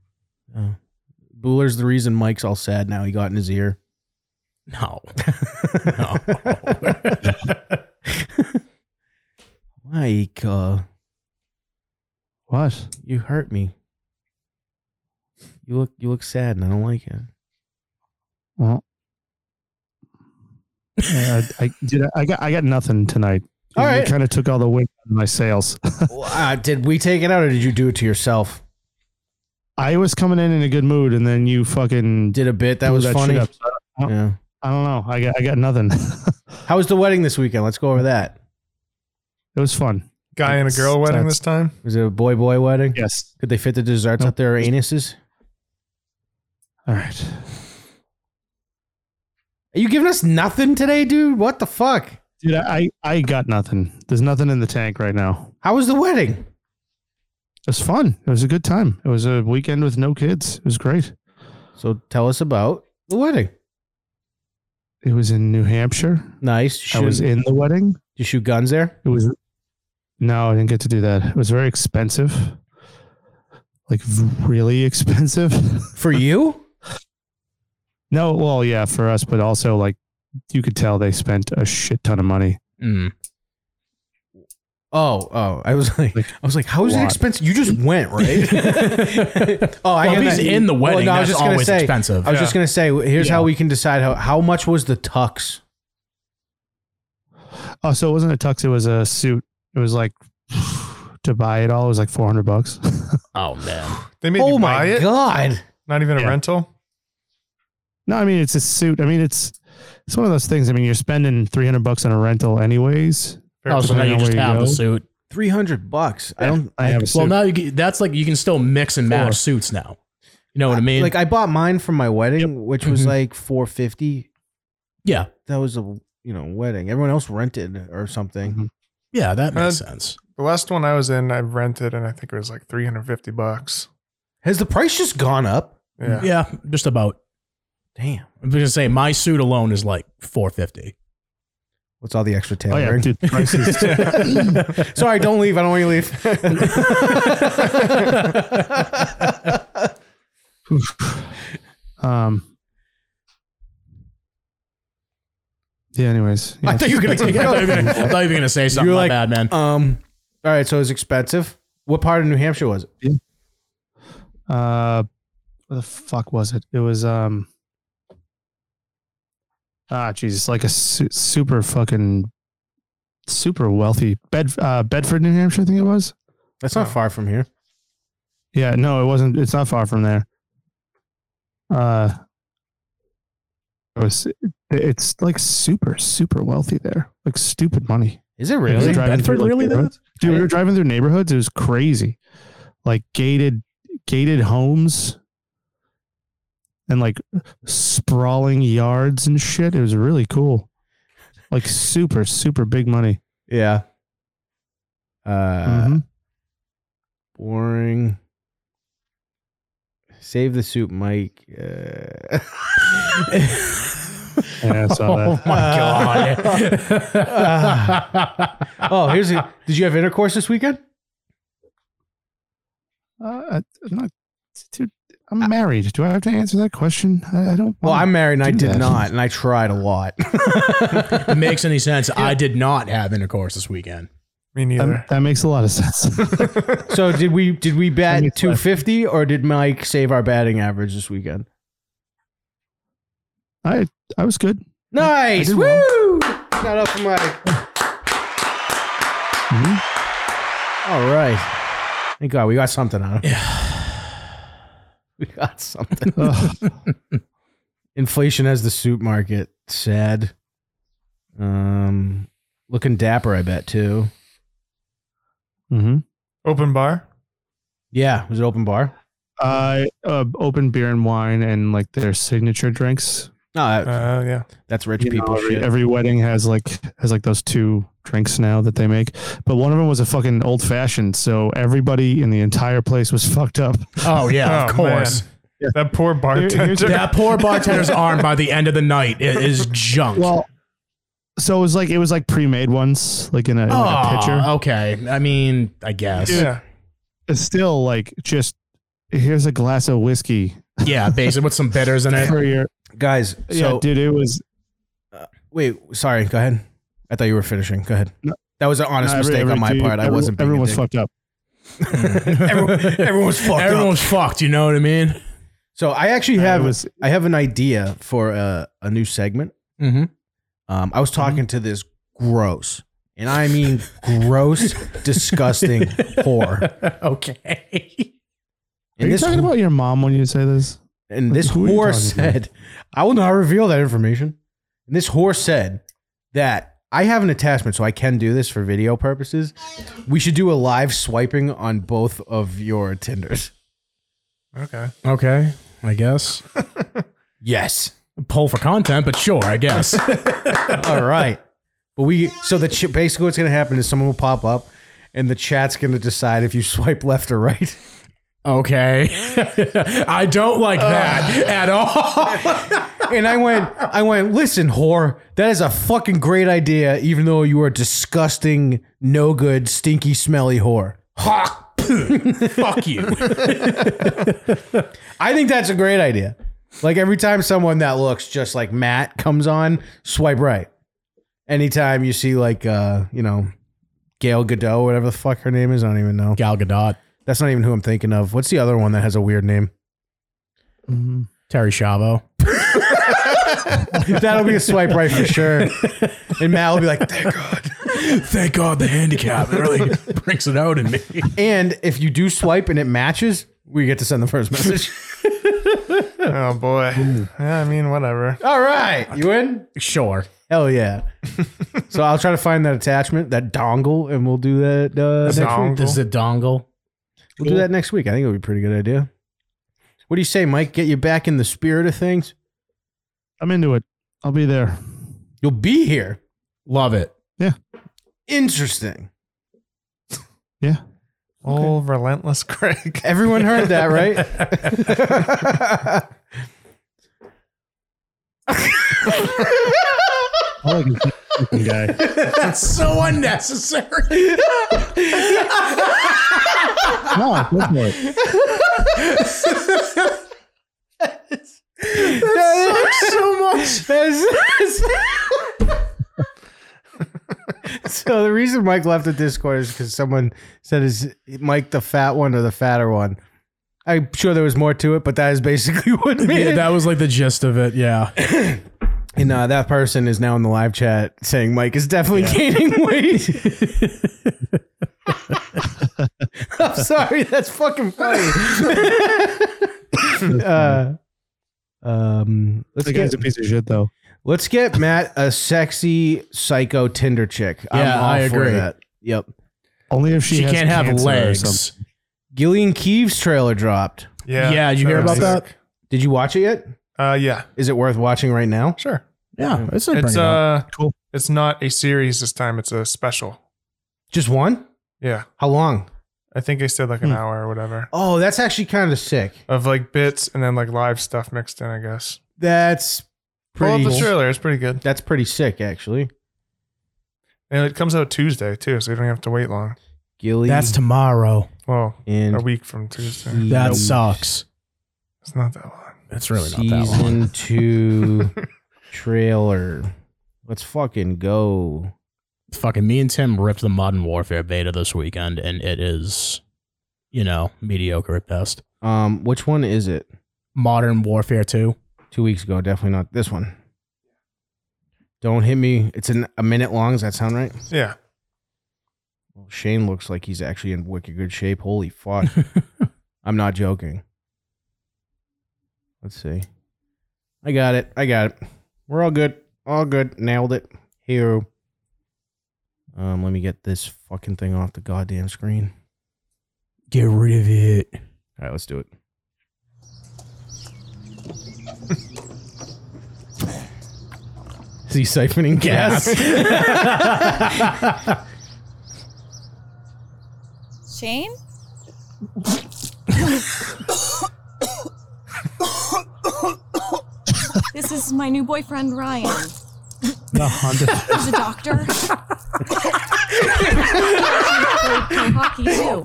A: Oh. Bueller's the reason Mike's all sad now. He got in his *laughs* ear.
C: No. No.
A: Mike, uh,
D: *laughs* What?
A: you hurt me. You look, you look sad, and I don't like it.
D: Well, yeah, I, I did. I got. I got nothing tonight.
A: All right.
D: Kind of took all the wind out of my sails.
A: *laughs* Well, uh, did we take it out, or did you do it to yourself?
D: I was coming in in a good mood, and then you fucking
A: Did a bit that
D: blew
A: was
D: shit
A: funny.
D: up. So up.
A: Yeah.
D: I don't know. I got. I got nothing. *laughs* it
A: How was the wedding this weekend? Let's go over that.
D: was fun.
E: Guy and a girl
D: It's-
E: wedding this time?
A: Was it a boy boy wedding?
D: Yes.
A: Could they fit the desserts
D: No.
A: up their anuses?
D: All right.
A: Are you giving us nothing today, dude? What the fuck?
D: Dude, I, I got nothing. There's nothing in the tank right now.
A: How was the wedding?
D: It was fun. It was a good time. It was a weekend with no kids. It was great.
A: So tell us about the wedding.
D: It was in New Hampshire.
A: Nice.
D: I was
A: Shoot-
D: in the wedding.
A: you shoot guns there?
D: It was no, I didn't get to do that. It was very expensive, like v- really *laughs* expensive.
A: *laughs* For you?
D: no, well, yeah, for us, but also like you could tell they spent a shit ton of money.
C: Mm.
A: Oh, oh. I was like,
D: Like,
A: I was like, how is
D: a
A: it
D: lot.
A: expensive? You *laughs* just went, right? oh, I
C: Well,
A: get
C: if he's
A: that.
C: in the wedding,
A: Well, no, I was
C: that's
A: just gonna
C: always
A: say-
C: expensive.
A: I was just gonna say, here's
D: Yeah.
A: how we can decide how how much was the tux?
D: Oh, so it wasn't a tux, it was a suit. It was like *sighs* to buy it all, it was like 400 bucks. *laughs*
C: oh, man.
E: They made
A: Oh
E: you buy
A: my
E: it?
A: god!
E: Not even a
D: Yeah.
E: rental?
D: No, I mean it's a suit. I mean it's it's one of those things. I mean you're spending three hundred bucks on a rental anyways.
C: Oh, so now
D: depending
C: you
D: on
C: just
D: where you
C: have
D: go.
C: the suit.
A: Three hundred bucks. I don't.
D: I have a suit.
C: Well, now you get, that's like you can still mix and match
D: Four.
C: suits now. You know what I mean?
A: Like I bought mine from my wedding, which was
C: Mhm.
A: like four fifty.
C: yeah,
A: That was a you know wedding. Everyone else rented or something.
C: yeah, that makes
E: Uh,
C: sense.
E: The last one I was in, I rented, and I think it was like 350 bucks.
A: Has the price just gone up?
E: Yeah.
C: Yeah, just about.
A: Damn!
C: I'm just gonna say my suit alone is like *laughs* 450.
A: What's all the extra
D: oh yeah,
A: tailoring?
D: dude, *laughs* prices.
A: *laughs* Sorry, don't leave. I don't want you to *laughs* leave.
D: um. Yeah. Anyways, yeah,
A: I thought you were gonna
C: I
A: take *laughs*
C: thought you were gonna- I thought you were gonna say something.
A: You're
C: my
A: like,
C: bad, man.
A: um. All right. So it was expensive. What part of New Hampshire was it?
D: uh, what the fuck was it? It was um. Ah, Jesus! Like a su- super fucking super wealthy Bed uh, Bedford, New Hampshire. I think it was.
A: That's not far from here.
D: Yeah, no, it wasn't. It's not far from there. Uh, it was. It's like super, super wealthy there. Like stupid money.
A: Is it
D: We were
A: really?
D: driving
C: Bedford
D: through, like,
C: really though?
D: neighborhoods. Dude, we were driving through neighborhoods. It was crazy. Like gated, gated homes, and like sprawling yards and shit. It was really cool. Like super, super big money.
A: Yeah. Uh.
D: Mhm.
A: boring. Save the soup, Mike. Uh, *laughs*
D: Yeah, I saw
A: Oh,
D: that. *laughs*
A: *laughs*
C: My God.
A: oh, here's a, did you have intercourse this weekend?
D: Uh, I'm not, dude, I'm married. Do I have to answer that question? I, I don't.
A: Well,
D: wanna-
A: I'm married and I
D: do
A: did
D: that.
A: not, and I tried a
D: *laughs*
A: lot.
C: it makes any sense. I did not have intercourse this weekend.
E: Me
D: That,
A: Um,
E: neither.
D: that makes a lot of sense. *laughs*
A: so did we did we
D: That
A: bat
D: makes sense.
A: 250 or did Mike save our batting average this weekend?
D: I I was good.
A: Nice.
D: did
A: Woo!
D: well.
A: Shout out for Mike.
D: Mhm. Mm-hmm.
A: All right. Thank God we got something out of it. *laughs* We got something.
D: Ugh. *laughs*
A: Inflation has the soup market sad. Um, looking dapper, I bet too.
D: Mhm.
E: Open bar?
A: Yeah, was it open bar?
D: I uh, opened beer and wine and like their signature drinks.
A: No, that-
E: Uh, yeah.
A: that's rich
D: you know,
A: people
D: every,
A: shit.
D: every wedding has like has like those two drinks now that they make, but one of them was a fucking old fashioned, so everybody in the entire place was *laughs* fucked up.
C: Oh
D: *laughs*
C: yeah,
E: Oh,
C: of course.
E: man. That poor
D: Here- here's
E: bartender.
D: a-
E: *laughs*
C: That poor bartender's arm by the end of the night i- is junk.
D: Well, so it was like it was like pre made ones, like in a, in
C: oh,
D: like a pitcher.
C: okay. I mean, I guess. Yeah,
E: yeah.
D: It's still like just here's a glass of whiskey
C: basically with some bitters in it.
D: for your.
A: Guys,
D: yeah,
A: so
D: dude, it was
A: wait, sorry, go ahead. I thought you were finishing. Go ahead. That was an honest
D: every-
A: mistake
D: every
A: on my
D: dude-
A: part. I
D: everyone-
A: wasn't. Being
D: Everyone
A: a
D: was
A: dick.
D: fucked up.
A: *laughs*
D: *laughs*
A: Everyone- everyone's fucked up.
C: Everyone's fucked. You know what I mean?
A: So I actually
D: Uh, it
A: have
D: was-
A: I have an idea for a, a new segment.
C: Mm-hmm.
A: Um, I was
D: Mm-hmm.
A: talking to this gross, and I mean gross,
D: *laughs*
A: disgusting whore.
C: *laughs* okay.
D: Are
A: And
D: you
A: this
D: talking about your mom when you say this?
A: and this
D: Who are you
A: whore
D: talking about?
A: said, "I will not reveal that information." And this whore said that I have an attachment, so I can do this for video purposes. We should do a live swiping on both of your Tinders.
E: Okay.
C: Okay. I guess.
A: Yes.
C: Poll for content, but sure, I guess.
A: All right. But we so the ch- basically what's going to happen is someone will pop up and the chat's going to decide if you swipe left or right. *laughs*
C: okay. *laughs* I don't like that at all.
A: And I went I went, "Listen, whore, that is a fucking great idea even though you are a disgusting, no good, stinky, smelly whore."
C: ha! *laughs* Fuck you.
A: I think that's a great idea. Like every time someone that looks just like Matt comes on, swipe right. Anytime you see like uh, you know, Gail Godot, whatever the fuck her name is, I don't even know.
C: Gal Gadot,
A: That's not even who I'm thinking of. What's the other one that has a weird name?
C: Terry Schiavo.
A: That'll be a swipe right for sure. And Matt will be like, thank God.
C: Thank God the handicap it *laughs* really brings it out in me.
A: And if you do swipe and it matches, we get to send the first message.
E: Oh boy. Yeah, I mean, whatever.
A: All right. You in?
C: Sure.
A: Hell yeah. so I'll try to find that attachment, that dongle, and we'll do that uh, next
E: dongle.
A: week.
C: This is a dongle.
A: We'll do that next week. I think it'll be a pretty good idea. What do you say, Mike? Get you back in the spirit of things?
D: I'm into it. I'll be there.
A: You'll be here.
C: Love it.
A: Interesting.
D: Yeah.
E: Old relentless *laughs* Craig.
A: Everyone heard that, *laughs* right?
D: I like this fucking guy.
C: That's so unnecessary.
D: No, go *laughs* for it.
A: that sucks so *laughs* much. so the reason Mike left the Discord is because someone said, "Is Mike the fat one or the fatter one?" I'm sure there was more to it, but that is basically *laughs* what made
C: *laughs* yeah,
A: it.
C: that was like the gist of it. Yeah.
A: and uh, that person is now in the live chat saying Mike is definitely gaining weight. *laughs* I'm sorry, that's fucking funny. *laughs* uh, um, let's
D: The guy's
A: get
D: a piece of shit, though.
A: Let's get Matt a sexy psycho Tinder chick.
C: Yeah, I agree.
A: Yep.
D: Only if
C: *laughs*
D: she,
C: She,
D: has
C: can't have
D: cancer or
C: legs.
D: something.
A: Gillian Keeves trailer dropped.
E: Yeah.
C: Yeah, did you hear about
E: was-
A: Did you watch it yet?
E: Uh, yeah.
A: Is it worth watching right now?
E: Sure.
C: Yeah, it's a
E: It's uh,
D: Cool.
E: It's not a series this time. It's a special.
A: Just one?
E: Yeah.
A: How long?
E: I think they said like
D: Hmm.
E: an hour or whatever
A: Oh, that's actually kind of sick.
E: of like bits and then like live stuff mixed in. I guess.
A: That's
E: Pull up
A: pretty.
E: the trailer. It's pretty good,
A: That's pretty sick, actually.
E: and it comes out Tuesday too, so you don't have to wait long.
A: Gillian.
C: that's tomorrow.
E: Well,
A: and
E: a week from Tuesday.
C: That
A: Keeves.
C: sucks.
E: It's not that long.
C: That's really not that long.
A: Season
C: *laughs*
A: two trailer. Let's fucking go.
C: Fucking me and Tim ripped the Modern Warfare beta this weekend, and it is, you know, mediocre at best.
A: Um, which one is it?
C: Modern Warfare Two.
A: two weeks ago. Definitely not this one. Don't hit me. It's an, a minute long. Does that sound right?
E: Yeah.
A: Well, Shane looks like he's actually in wicked good shape. Holy *laughs* fuck. I'm not joking. Let's see. I got it. I got it. We're all good. All good. Nailed it. Hero. Um, let me get this fucking thing off the goddamn screen.
C: Get rid of it.
A: All right, let's do it. electricity siphoning gas.
J: Shane? this is my new boyfriend, Ryan.
D: The Honda.
J: He's a doctor. He played hockey, too.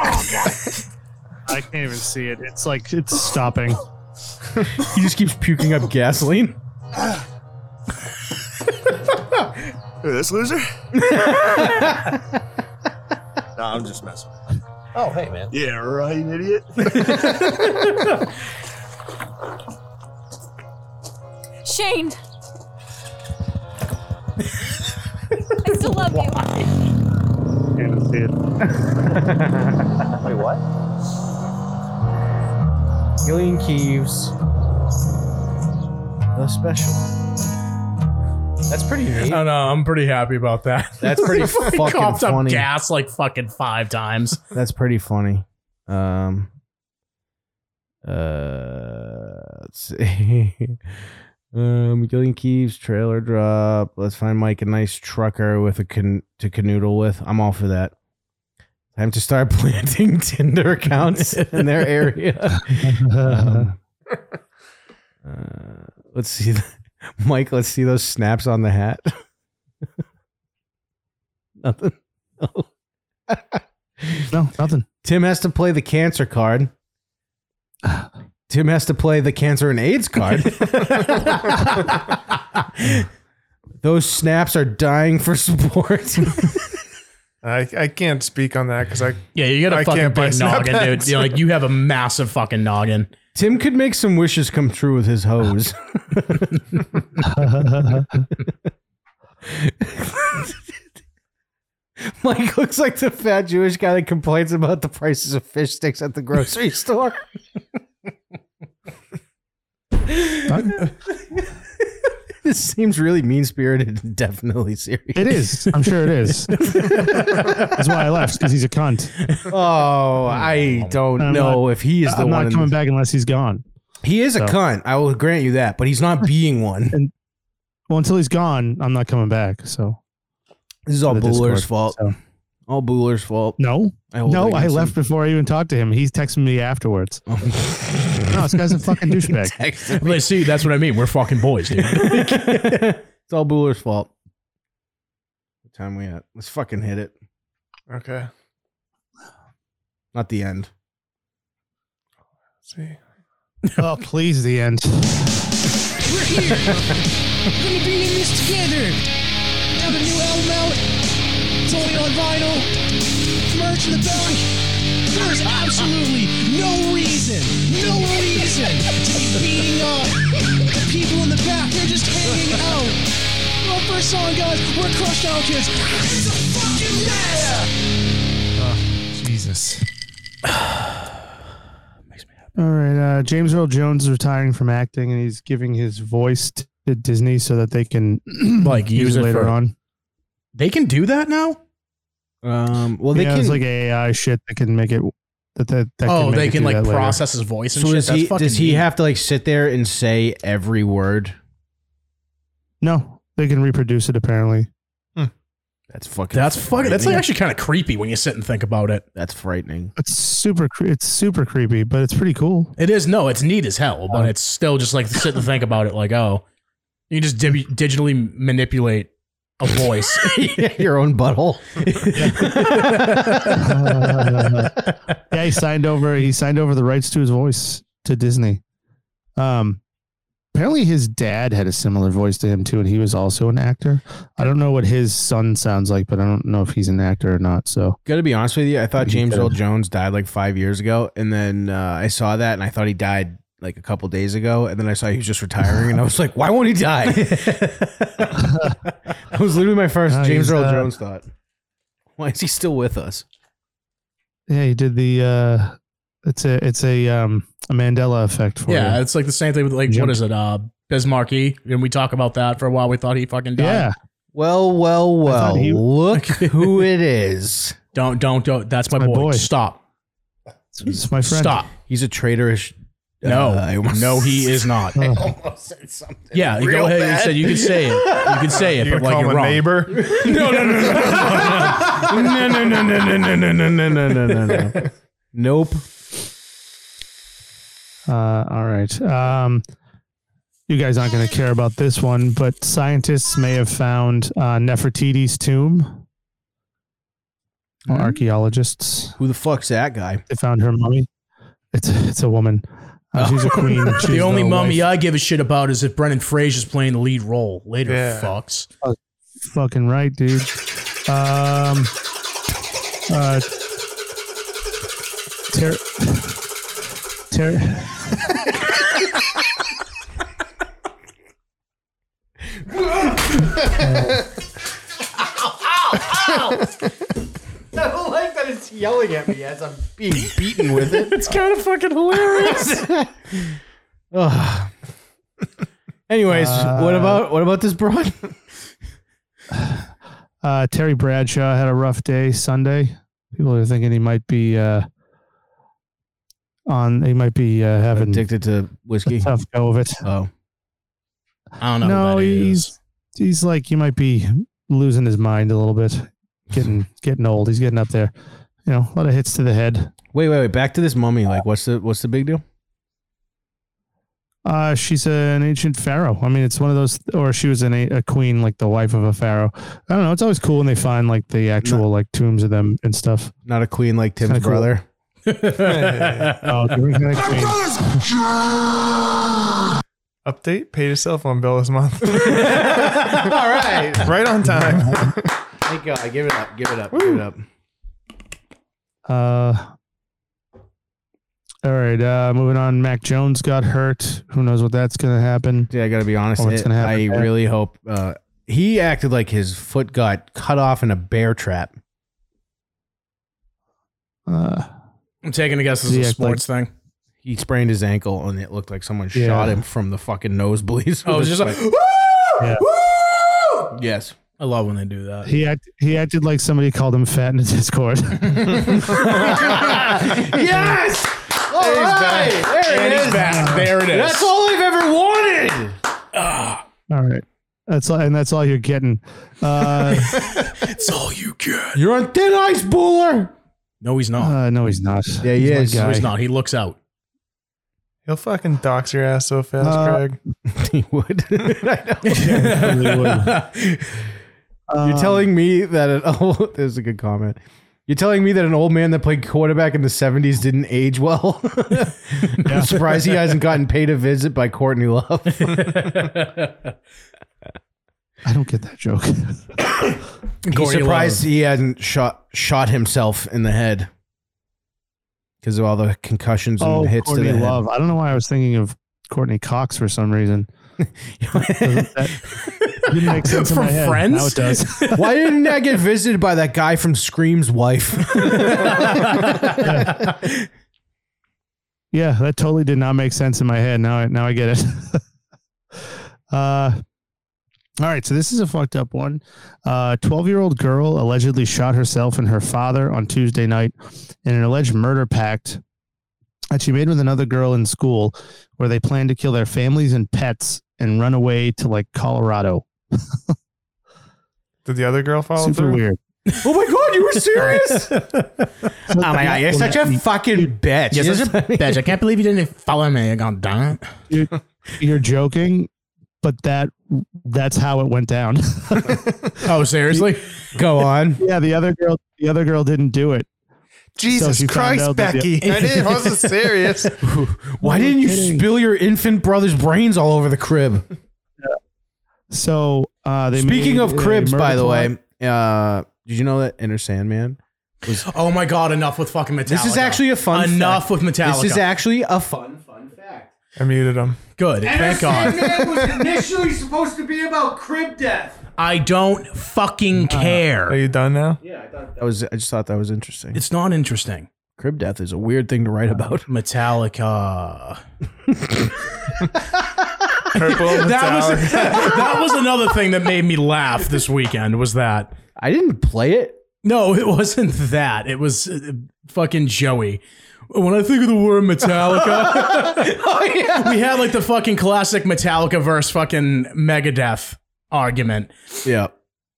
D: *laughs* I can't even see it. It's like it's *laughs* stopping.
A: he just keeps puking up gasoline.
K: Who, this loser? no, I'm just messing.
L: Oh, hey, man.
K: Yeah, right, idiot.
J: Shane! I still love you.
D: Can't see it.
L: Wait, what?
A: Gillian Keeves. The special. That's pretty neat.
E: I know. I'm pretty happy about that.
A: *laughs* That's
E: *laughs*
A: pretty
C: He
A: fucking
C: coughed up
A: funny.
C: gas like fucking five times.
A: That's pretty funny. Um uh let's see. *laughs* Um, Gillian Keeves trailer drop. Let's find Mike a nice trucker with a can to canoodle with. I'm all for that. Time to start *laughs* planting Tinder accounts in their area. Um, uh, let's see, Mike. Let's see those snaps on the hat. *laughs* Nothing.
D: No, nothing.
A: Tim has to play the cancer card. Tim has to play the cancer and AIDS card. *laughs* Those snaps are dying for support. *laughs*
E: I, I can't speak on that because I
C: Yeah, you got
E: I
C: a fucking
E: can't buy
C: big noggin, dude.
E: snapbacks.
C: You're like you have a massive fucking noggin.
A: Tim could make some wishes come true with his
D: *laughs*
A: hose. Mike looks like the fat Jewish guy that complains about the prices of fish sticks at the
D: *laughs*
A: grocery store. this seems really mean spirited and definitely serious.
D: It is. I'm sure it is. That's why I left because he's a cunt.
A: Oh, I don't
D: I'm
A: know if he is the
D: I'm
A: one.
D: not
A: in
D: coming
A: this-
D: back unless he's gone.
A: He is a
D: So-
A: cunt. I will grant you that, but he's not being
D: *laughs*
A: one.
D: Well, until he's gone, I'm not coming back. So
A: This is all
D: to the
A: Booler's
D: Discord,
A: fault.
D: so.
A: All Booler's fault.
D: No,
A: I hold it
D: no, I
A: against
D: left
A: him.
D: before I even talked to him. He's texting me afterwards. no,
A: *laughs*
D: this guy's a *laughs* fucking douchebag.
C: Let's see, that's what I mean. We're fucking boys,
A: *laughs*
C: dude.
A: it's all Booler's fault. What time we at? Let's fucking hit it.
E: okay.
A: Not the end.
E: See,
D: Oh, please, the end.
F: We're here. We're gonna be in this together. We have a new album out. It's only on vinyl. Merch in the back. There's absolutely no reason, no reason to be beating up the people in the back. They're just hanging out. Well, first song, guys, we're crushed out kids. It's a fucking yeah!
H: Jesus.
D: All right, uh, James Earl Jones is retiring from acting, and he's giving his voice to Disney so that they can
C: Like
D: use it later
C: for-
D: on.
C: They can do that now?
A: Um, well,
D: Well,
A: they
D: yeah,
A: can.
D: it's like AI shit that can make it. That that, that
C: oh,
D: make
C: they
D: it
C: can
D: do
C: like
D: that later.
C: process his voice and
A: so
C: shit.
A: is
C: that's
A: he,
C: fucking
A: does he
C: neat.
A: have to like sit there and say every word?
D: No, they can reproduce it apparently.
A: That's fucking.
C: That's fucking that's like
A: frightening.
C: actually kind of creepy when you sit and think about it.
A: that's frightening.
D: It's super. cre- It's super creepy, but it's
C: *laughs*
D: pretty cool.
C: It is no, it's neat as hell,
D: Um,
C: but it's still just like sit and think about it like, oh, you just dig- digitally manipulate a voice. *laughs*
D: *laughs*
A: Your own butthole. *laughs*
D: yeah, he signed over. He signed over the rights to his voice to Disney. Um, apparently his dad had a similar voice to him too, and he was also an actor. I don't know what his son sounds like, but I don't know if he's an actor or not. So
A: Gotta be honest with you, I thought
D: He
A: James
D: did.
A: Earl Jones died like five years ago, and then uh, I saw that, and I thought he died like a couple days ago, and then I saw he was just retiring, and I was like, why won't he die? that was literally my first
D: No,
A: James
D: he's,
A: Earl
D: uh,
A: Jones thought. Why is he still with us?
D: yeah, he did the. Uh, it's a it's a um a Mandela effect for
C: yeah,
D: you.
C: it's like the same thing with like what
D: Jumped.
C: is it? Uh Bismarcky. And we talk about that for a while. We thought he fucking died.
D: Yeah,
A: Well, well, well.
D: he-
A: Look *laughs* who it is.
C: Don't don't don't that's my,
D: my
C: boy.
D: boy.
C: Stop.
D: it's my friend.
C: Stop.
A: He's a traitorish
C: No,
A: *laughs* Uh, I almost-
C: no, he
A: *laughs*
C: is not.
A: I
C: almost said something. Yeah, you go ahead and said you can say it. You can say it,
E: *laughs* You
C: but
E: gonna
C: like
E: call
C: you're
E: him a
C: wrong.
E: neighbor?
D: *laughs*
C: No, no, no,
A: no, no, no,
C: no.
A: no, no, no, no, no, no, no, no, no. Nope.
D: Uh, all right. Um, you guys aren't going to care about this one, but scientists may have found uh, Nefertiti's tomb. Or
A: Hmm?
D: archaeologists.
A: Who the fuck's that guy?
D: They found her mummy. It's it's a woman. Uh,
C: *laughs*
D: she's a queen. She's
C: the only mummy
D: wife-
C: I give a shit about is if Brendan Fraser's playing the lead role later.
E: Yeah.
C: Fucks.
D: Fucking right, dude. Um, uh, ter- ter-
A: I don't like that it's yelling at me as I'm being beaten with it. it's kind of fucking hilarious. *laughs* Anyways, what about what about this broad?
D: Uh, Terry Bradshaw had a rough day Sunday. People are thinking he might be uh, on. He might be uh, having
A: Addicted to
D: a *laughs*
A: whiskey.
D: tough go of it.
A: Oh,
C: I don't know. who
D: No,
C: that is.
D: he's he's like he might be losing his mind a little bit,
C: *laughs*
D: getting getting old. He's getting up there. You know, a lot of hits to the head.
A: wait, wait, wait. Back to this mummy. Like, what's the what's the big deal?
D: Uh, she's an ancient pharaoh. I mean, it's one of those, or she was an, a a queen, like the wife of a pharaoh. I don't know. It's always cool when they find like the actual like tombs of them and
C: *laughs*
D: stuff.
A: Not a queen like Tim's
D: Kinda cool.
A: brother.
D: Oh, there was no queen.
F: *laughs*
E: Update: Paid his cell phone bill this month.
A: *laughs*
E: *laughs*
A: All right.
E: right on
D: *laughs*
E: time.
A: Thank God. Give it up. Give it up. Give it up.
D: Uh, all right. Uh, moving on. Mac Jones got hurt. Who knows what that's going to happen?
A: Yeah, I gotta be honest.
D: Oh, what's
A: it-
D: gonna happen
A: I
D: there?
A: really hope uh, he acted like his foot got cut off in a bear trap.
D: Uh,
C: I'm taking a guess. This
D: Yeah,
C: is a
D: like-
C: sports thing.
A: He sprained his ankle, and it looked like someone
D: Yeah.
A: shot him from the fucking nosebleeds. *laughs*
C: I was Oh, just like,
D: Yeah.
A: Oh, yes.
C: *gasps* I love when they do that.
D: he act, he acted like somebody called him fat in the *laughs* Discord.
A: yes. All
E: back.
A: right. There
C: And
A: it
C: he's
A: is.
C: back. There it is.
A: That's all I've ever wanted.
D: all right. That's all, and that's all you're getting. Uh,
A: *laughs*
C: That's all you get.
A: You're on thin ice, Buller.
C: No, he's not.
D: uh, no, he's not.
A: Yeah, he is.
D: He's my guy.
C: no, he's not. He looks out.
E: He'll fucking dox your ass so fast,
D: Uh,
E: Craig.
A: *laughs* he would. *laughs* I know.
D: Um,
A: You're telling me that an *laughs* old there's a good comment. You're telling me that an old man that played quarterback in the '70s didn't age well. *laughs* I'm surprised he hasn't gotten paid a visit by Courtney *laughs* Love.
D: I don't get that joke.
A: He's surprised he hasn't shot shot himself in the head because of all the concussions and
D: oh,
A: hits
D: Courtney
A: to the
D: Love. I don't know why I was thinking of Courtney Cox for
A: *laughs*
D: some reason.
A: head. *laughs*
D: Didn't make sense
C: From
D: in my head.
C: Friends?
D: Now it does.
A: Why didn't I get visited by that guy from Scream's wife?
D: Yeah, that totally did not make sense in my head. Now, I now I get it. *laughs* uh, all right, so this is a fucked up one. Uh, Twelve-year-old girl allegedly shot herself and her father on Tuesday night in an alleged murder pact that she made with another girl in school, where they planned to kill their families and pets and run away to like Colorado.
E: Did the other girl follow
D: Super *laughs*
E: through?
D: weird.
A: *laughs* oh my god, you were serious? oh my god, *laughs* you're such a fucking bitch.
C: Yes, that's a *laughs* bitch. I can't believe you didn't follow me. I got done.
D: *laughs* You're joking, but that that's how it went down. *laughs*
C: Oh, *laughs* seriously?
A: *laughs* Go on.
D: yeah, the other girl, the other girl didn't do it.
E: Jesus
D: So she found
E: Christ,
D: out that the- *laughs*
E: Becky! I didn't. I wasn't serious.
A: Why
D: No
A: didn't you
D: kidding.
A: spill your infant brother's brains all over the crib?
D: So uh, they
A: Speaking
D: made
A: of
D: a
A: cribs,
D: murder
A: by the
D: plot.
A: way, uh, did you know that Inner Sandman?
C: Oh my god, enough with fucking Metallica.
A: This is actually a fun
C: Enough
A: fact.
C: with Metallica.
A: This is actually a fun, fun fact.
E: I muted him.
C: good. Thank God.
A: was
C: *laughs*
A: initially supposed to be about crib death.
C: I don't fucking
E: Are
C: care.
E: you done now?
A: Yeah, I thought that was. I just thought that was interesting.
C: It's not interesting.
A: crib death is a weird thing to write about.
C: Metallica. *laughs*
E: Purple.
C: That
E: metallic.
A: *laughs*
C: was *laughs* that was another thing that made me laugh this weekend was that.
A: I didn't play it.
C: No, it wasn't that. It was uh, fucking Joey When I think of the word Metallica, *laughs* oh, yeah. we had like the fucking classic Metallica versus fucking Megadeth argument.
A: Yeah.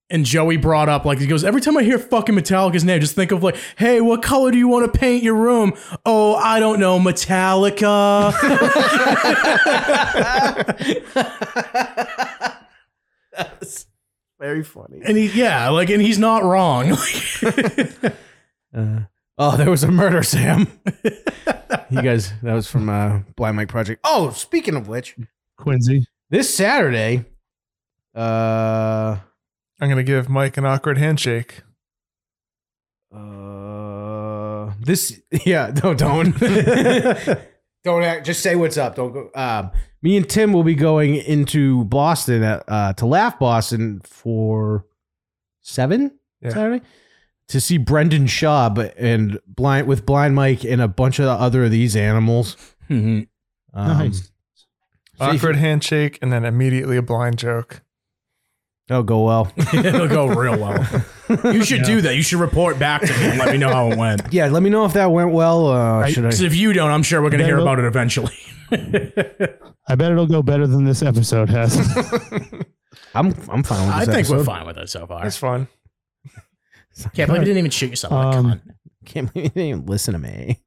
C: And Joey brought up like he goes, every time I hear fucking Metallica's name, just think of like, hey, what color do you want to paint your room? Oh, I don't know, Metallica. *laughs*
A: Very funny.
C: and he, yeah, like, and he's not wrong. *laughs*
A: Oh, there was a murder, Sam. *laughs* you guys, that was from uh, Blind Mike Project. Oh, speaking of which,
D: Quincy.
A: this Saturday, uh,
E: I'm gonna give Mike an
A: *laughs*
E: awkward handshake.
A: uh, this, *laughs* yeah, no, don't, *laughs* don't act. Just say what's up. Don't go. Um, me and Tim will be going into Boston at, uh, to Laugh Boston for seven
E: Yeah.
A: Saturday to see Brendan Schaub and blind with Blind Mike and a bunch of other of these animals.
C: Mhm.
A: Um,
D: Nice.
A: so if you-
E: Awkward handshake and then immediately a blind joke.
A: That'll go well. *laughs*
C: It'll go real *laughs* well. You should do that. You should report back to me and let me know how it went.
A: Yeah, let me know if that went well. Uh, should I?
C: Because if you don't, I'm sure we're going to hear
D: Then we'll-
C: about it eventually.
D: I bet it'll go better than this episode has.
C: *laughs*
A: I'm I'm fine with this.
C: I think
A: episode. *laughs*
C: we're fine with it so far.
E: That's fun.
C: Can't believe you didn't even shoot yourself.
D: Um,
C: Um,
A: Can't believe you didn't even listen to me.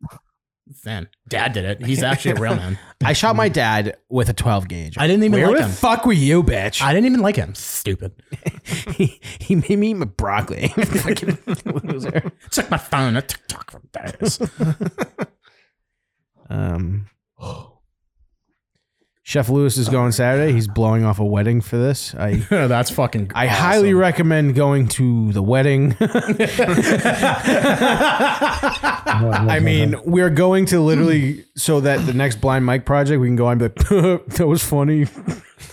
C: then dad did it. He's actually a real man.
A: I shot my dad with a 12 gauge.
C: *laughs* I didn't even
A: Where
C: like
A: the
C: him.
A: fuck were you, bitch?
C: I didn't even like him. Stupid.
A: he, *laughs* he made me eat my broccoli. *laughs* Fucking loser.
C: Took my phone. I took talk from days.
A: Um, Chef Lewis is going Saturday. He's blowing off a wedding for this. I
C: *laughs* That's fucking.
A: I highly recommend going to the wedding. *laughs* I mean, we're going to literally so that the next Blind Mike project we can go on. and be like, *laughs* that was funny.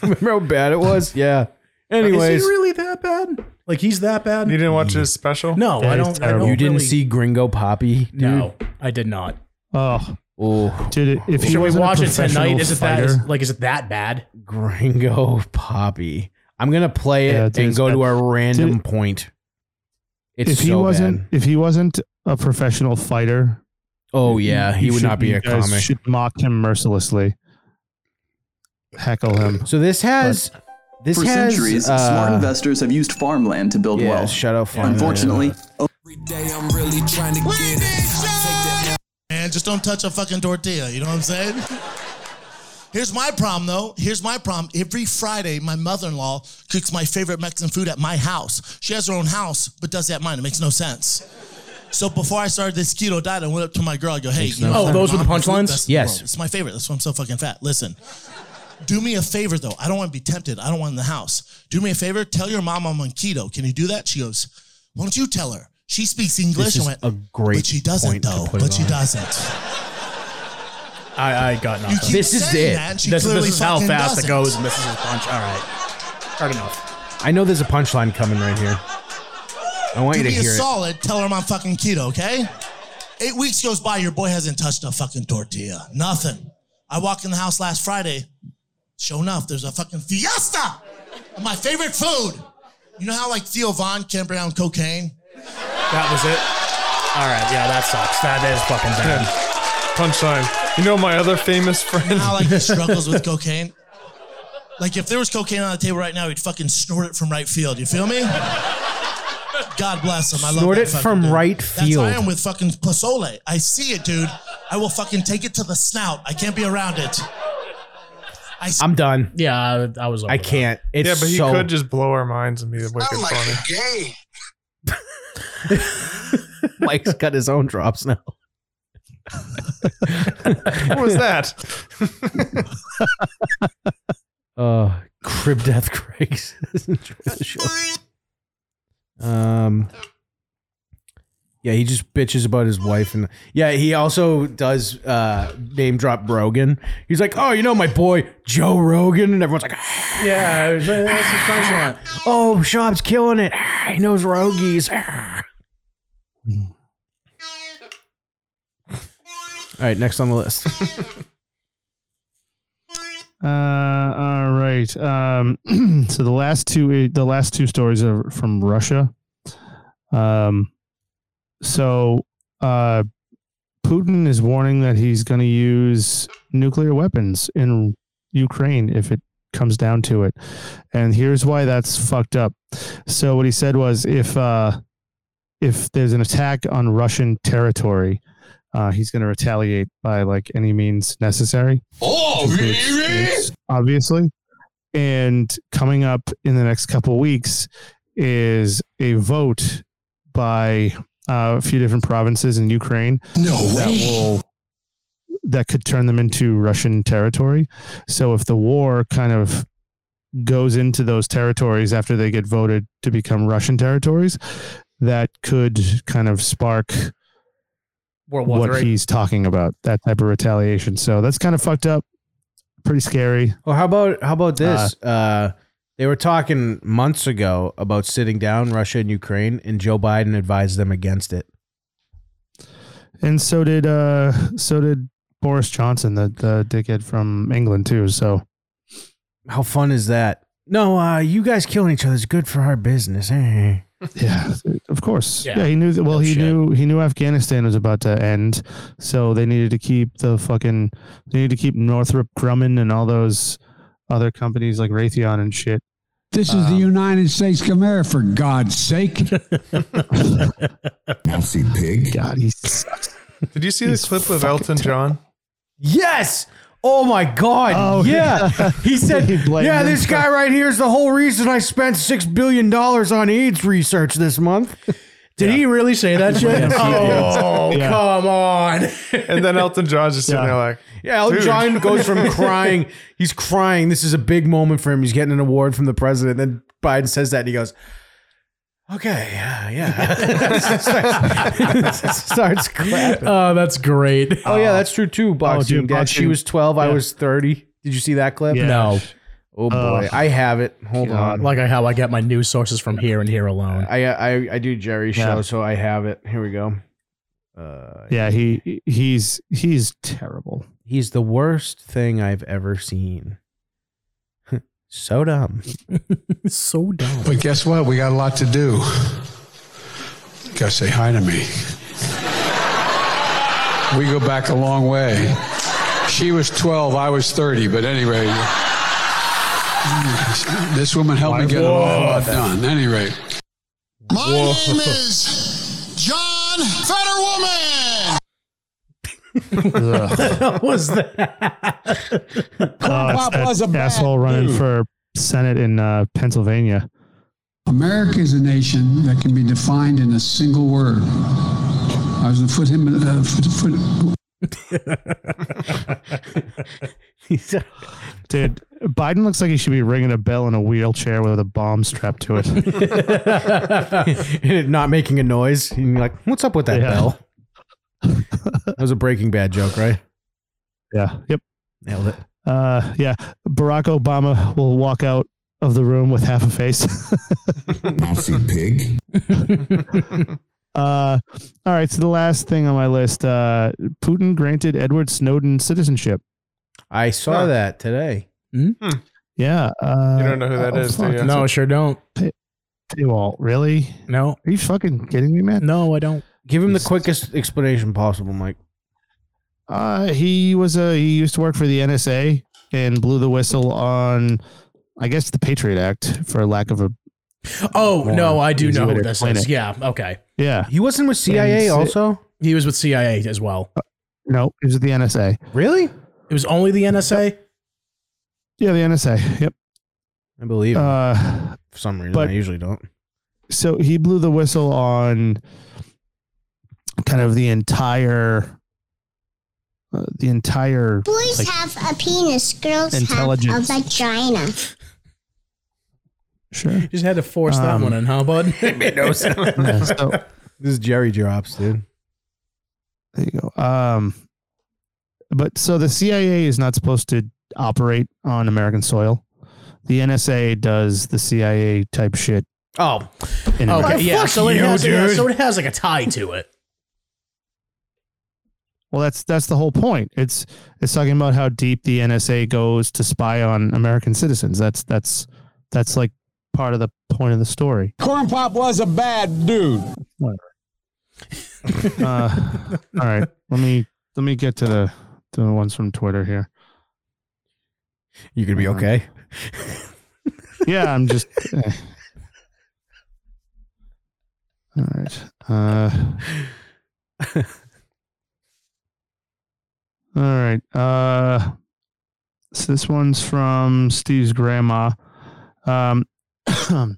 A: Remember how bad it was? Yeah. Anyways,
C: Is he really that bad? Like he's that bad?
E: You didn't watch his special?
C: no,
D: Yeah,
C: I
D: he's
C: don't. I
D: terrible.
C: don't
A: you didn't
C: really-
A: see Gringo Poppy? Dude?
C: No, I did not.
D: oh,
A: Oh,
D: dude! it- If he
C: Should we
D: wasn't a
C: watch it tonight?
D: professional
C: Is it that? Is,
D: fighter-
C: like, is it that bad?
A: Gringo Poppy. I'm gonna play it
D: Yeah, dude,
A: and
D: it's
A: go
D: bad.
A: to a random
D: Dude,
A: point. It's
D: if
A: so
D: he wasn't,
A: bad.
D: if he wasn't a professional fighter,
A: Oh yeah, he
D: you
A: would
D: should-
A: not be
D: you
A: a
D: guys
A: comic.
D: Should mock him mercilessly. Heckle him.
A: So this has this
M: For
A: has
M: centuries,
A: uh,
M: smart investors have used farmland to build
A: yeah,
M: wealth.
A: shut up. Farmland.
M: Unfortunately,
H: Man, just don't touch a fucking tortilla. You know what I'm saying? Here's my problem, though. Here's my problem. Every Friday, my mother in law cooks my favorite Mexican food at my house. She has her own house, but does that at mine. It makes no sense. So before I started this keto diet, I went up to my girl. I go, hey, you
C: no
H: know, what?
C: sense. Oh, those were the
H: Mom,
C: punchlines?
H: that's the
A: Yes.
H: world. It's my favorite. That's why I'm so fucking fat. Listen, do me a favor, though. I don't want to be tempted. I don't want it in the house. Do me a favor. Tell your mom I'm on keto. Can you do that? She goes, why don't you tell her? She speaks English.
A: This is
H: I went,
A: a great
H: But she doesn't,
A: point to
H: though.
A: put it
H: But she
A: on.
H: doesn't.
C: I, I got
H: You
C: nothing.
H: keep
A: This is
H: saying
A: it.
H: that, and she
C: This, this
H: clearly
C: is how
H: fucking
C: fast
H: doesn't.
C: it goes. And this is a punch. All right, hard enough.
A: I know there's a punchline coming right here. I want
H: To
A: you
H: be
A: to
H: a
A: hear it.
H: solid, tell her I'm on fucking keto, okay? Eight weeks goes by, your boy hasn't touched a fucking tortilla. Nothing. I walk in the house last Friday. Sure enough, there's a fucking fiesta of my favorite food. You know how like Theo Vaughn can't pronounce cocaine?
C: That was it. All right, yeah, that sucks. That is fucking bad.
E: Punchline. You know my other famous
H: You
E: friend?
H: know how like he struggles with cocaine? Like if there was cocaine on the table right now, he'd fucking snort it from right field. You feel me? God bless him. I love
A: Snort
H: that
A: it
H: fucking
A: from
H: dude.
A: right
H: That's how I
A: field.
H: am with fucking Pasole. I see it, dude. I will fucking take it to the snout. I can't be around it.
A: I'm done.
C: Yeah, I, I was. Over
A: I
C: that.
A: can't. It's
E: *laughs* Yeah, but he
A: so
E: could just blow our minds and be wicked funny.
K: gay.
A: *laughs* Mike's got his own drops now.
E: What was that?
A: Uh, crib death, Craig's. *laughs* Enjoy the show. Um. Yeah, he just bitches about his wife, and yeah, he also does uh, name drop Rogan. He's like, "Oh, you know my boy Joe Rogan," and everyone's like, "Ah."
C: Yeah, it was- that's a
A: *laughs*
C: punchline.
A: "Oh, Shop's killing it. Ah, He knows Rogies." Ah. All right, next on the list.
D: Uh, all right. Um, *clears throat* so the last two, eh, the last two stories are from Russia. Um, so uh, Putin is warning that he's going to use nuclear weapons in Ukraine if it comes down to it. And here's why that's fucked up. So what he said was if uh, if there's an attack on Russian territory, uh, he's going to retaliate by like any means necessary.
F: Oh,
D: Which makes sense, obviously. And coming up in the next couple weeks is a vote by uh, a few different provinces in Ukraine.
H: Oh,
N: No
D: that
N: way.
D: will that could turn them into Russian territory. So if the war kind of goes into those territories after they get voted to become Russian territories, that could kind of spark
C: World War
D: what
C: Three.
D: he's talking about that type of retaliation. So that's kind of fucked up. Pretty scary.
A: *laughs* Well, how about how about this? Uh, they were talking months ago about sitting down Russia and Ukraine, and Joe Biden advised them against it.
D: And so did uh so did Boris Johnson, the the dickhead from England too. So
A: How fun is that? No, uh, you guys killing each other is good for our business. Eh.
D: yeah, of course.
A: Yeah.
D: Yeah, he knew that. Well, he knew he knew Afghanistan was about to end, so they needed to keep the fucking they needed to keep Northrop Grumman and all those other companies like Raytheon and shit.
B: This is
M: uh,
B: the United States of America, for God's sake.
D: Mousy pig. God, he sucks.
E: Did you see the clip of Elton John?
A: Yes. Oh my God.
E: Oh,
A: yeah.
E: yeah. *laughs*
A: He said,
E: He blamed
A: yeah,
E: him
A: this
E: for-
A: guy right here is the whole reason I spent $6 billion on AIDS research this
E: *laughs*
A: month. Did he really say that shit?
C: Yes, he did.
A: Oh,
C: Yeah.
A: come on.
E: And then Elton John's just sitting there like,
A: Yeah, Elton
E: "Dude."
A: John goes from
E: *laughs*
A: crying. He's crying. This is a big moment for him. He's getting an award from the president. Then Biden says that, and he goes, "Okay, yeah, yeah."
E: *laughs*
A: starts, *laughs* starts clapping.
C: Oh, that's great.
A: Oh yeah, that's true too. Boxing
C: dude,
A: Dad. She
C: boxing-
A: was twelve. I
C: Yeah.
A: was thirty. Did you see that clip?
C: Yeah. No.
A: Oh boy,
C: Ugh.
A: I have it. Hold on.
C: Like I, how I get my news sources from here and here alone.
A: I I I do Jerry's
C: Yeah.
A: show, so I have it. Here we go. Uh,
D: yeah, he he's he's terrible.
A: He's the worst thing I've ever seen. *laughs* so dumb.
C: so dumb. *laughs*
B: But guess what? We got a lot to do. Gotta say hi to me. We go back a long way. She was 12, I was 30, but anyway. This woman helped me get an awful lot done. Any rate.
F: My name
B: is John Fetterwoman.
F: what
A: was that?
D: Uh,
B: That was a
D: that
B: bad
D: asshole running
B: dude.
D: for Senate in uh, Pennsylvania.
B: America is a nation that can be defined in a single word. I was going to put him in uh, foot, foot,
A: *laughs*
D: Dude, Biden looks like he should be ringing a bell in a wheelchair with a bomb strapped to
E: *laughs*
D: it.
A: Not making a noise. And you're like, what's up with that
D: Yeah.
A: bell? that was a Breaking Bad joke, right?
D: yeah. Yep.
A: Nailed it.
D: Uh, yeah. Barack Obama will walk out of the room with half a face. *laughs*
N: Mousy pig.
D: uh, all right. So the last thing on my list: uh, Putin granted Edward Snowden citizenship.
A: I saw that today.
D: Yeah. Uh,
E: You don't know who that
D: that
E: is,
D: is,
E: do you?
C: *laughs* No, I sure don't.
D: Paywall, really?
C: No.
D: Are you fucking kidding me, man?
C: No, I don't.
A: Give him the quickest explanation possible, Mike.
D: Uh, he was a he used to work for the NSA and blew the whistle on, I guess, the Patriot Act for lack of a.
C: Oh
D: More
C: no, I do
D: easy
C: know
D: way
C: who
D: to
C: this
D: explain
C: is.
D: it.
C: Yeah. Okay.
D: Yeah.
A: He wasn't with CIA
D: And-
A: also?
C: He was with CIA as well.
D: No, it was the NSA.
A: Really?
C: It was only the NSA.
D: Yeah, the NSA. Yep.
A: I believe him.
D: Uh,
A: for some reason.
D: but-
A: I usually
E: *laughs*
A: don't. *laughs*
D: so he blew the whistle on kind of the entire, uh, the entire.
O: Boys
D: like,
O: have a penis, girls have a
D: Intelligence.
O: vagina.
D: *laughs* sure.
C: Just had to force that
A: Um,
C: one in, huh, *laughs* bud? made no
D: Yeah, so-
A: This is Jerry drops, dude.
D: There you go. Um, but so the CIA is not supposed to operate on American soil. The NSA does the CIA type shit.
A: Oh,
D: in
C: okay.
D: America.
C: yeah. So it
D: you,
C: has yeah,
D: dude.
C: so it has like a tie to it.
D: Well, that's that's the whole point. It's it's talking about how deep the NSA goes to spy on American citizens. That's that's that's like part of the point of the story.
B: Corn Pop was a bad dude.
D: *laughs* uh, all right, let me let me get to the to the ones from Twitter here.
P: You gonna be
A: *laughs*
P: okay?
D: yeah, I'm just. eh. All right. Uh, all right. Uh, so this one's from Steve's grandma. Um, *coughs*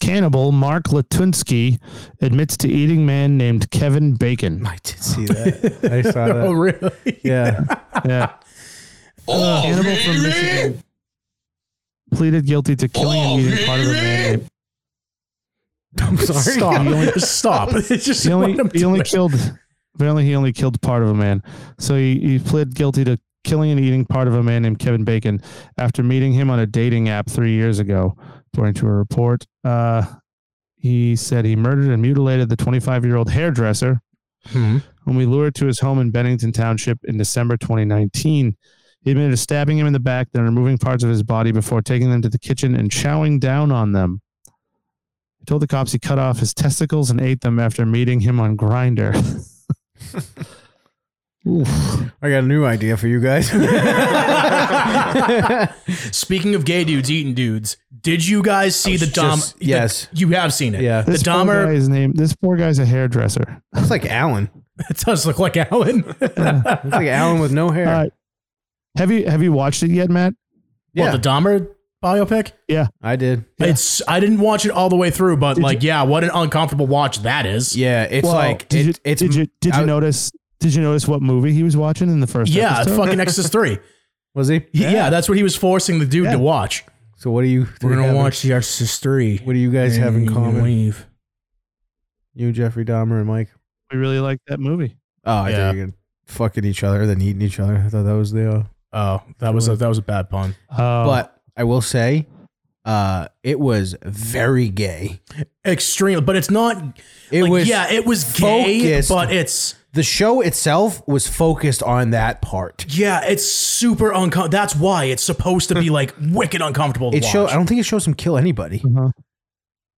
D: cannibal Mark Latunsky admits to eating man named Kevin Bacon. I did see
A: that. I saw that.
C: *laughs* Oh, really?
A: *laughs* Yeah.
D: yeah. Uh,
A: Oh,
D: Cannibal from Michigan pleaded guilty to killing and eating part of a man named
A: I'm sorry.
D: Stop. He only,
C: Stop. It's just
D: he only,
C: what I'm
D: he only
C: doing.
D: killed apparently he only killed part of a man. So he, he pled guilty to killing and eating part of a man named Kevin Bacon after meeting him on a dating app three years ago, according to a report. Uh, he said he murdered and mutilated the 25 year old hairdresser whom he lured to his home in Bennington Township in December 2019. He admitted to stabbing him in the back, then removing parts of his body before taking them to the kitchen and chowing down on them. He told the cops he cut off his testicles and ate them after meeting him on Grinder.
A: I got a new idea for you *laughs* guys.
C: Speaking of gay dudes eating dudes, did you guys see the Dom?
A: just- yes.
C: the- you have seen it.
A: Yeah.
C: the
D: *laughs* This poor guy
C: Dahmer.
D: is named. This poor guy's a hairdresser.
A: That's like Alan.
C: *laughs* It does look like Alan. *laughs*
A: It's like Alan with no hair.
D: Uh, have you have you watched it yet, Matt?
A: Yeah.
C: Well, the Dahmer biopic.
D: Yeah,
A: I did.
C: It's. I didn't watch it all the way through, but like, yeah, what an uncomfortable watch that is.
A: Yeah, it's
D: Well,
A: like
D: did
A: it,
D: you,
A: it's
D: did you did you
A: I-
D: notice did you notice what movie he was watching in the first?
C: Yeah,
D: episode?
C: fucking Exorcist three.
A: was he?
C: Yeah. that's what he was forcing the dude to watch.
A: So what do you?
C: We're gonna watch the Exorcist three.
A: What do you guys have in common?
C: Leave.
A: You, Jeffrey Dahmer, and Mike.
D: We really liked that movie.
A: Oh, I
C: Yeah.
A: thought you were fucking each other, then eating each other. I thought that was the. Uh,
C: Oh, that was a that was a bad pun.
D: Uh,
A: but I will say, uh, it was very gay.
C: Extremely, but it's not.
A: It
C: like,
A: was
C: yeah, it was gay,
A: focused.
C: but it's
A: The show itself was focused on that part.
C: yeah, it's super uncomfortable. That's why it's supposed
A: *laughs*
C: to be like wicked uncomfortable. To
A: It
C: watch.
A: show. I don't think it shows him kill anybody.
D: Uh-huh.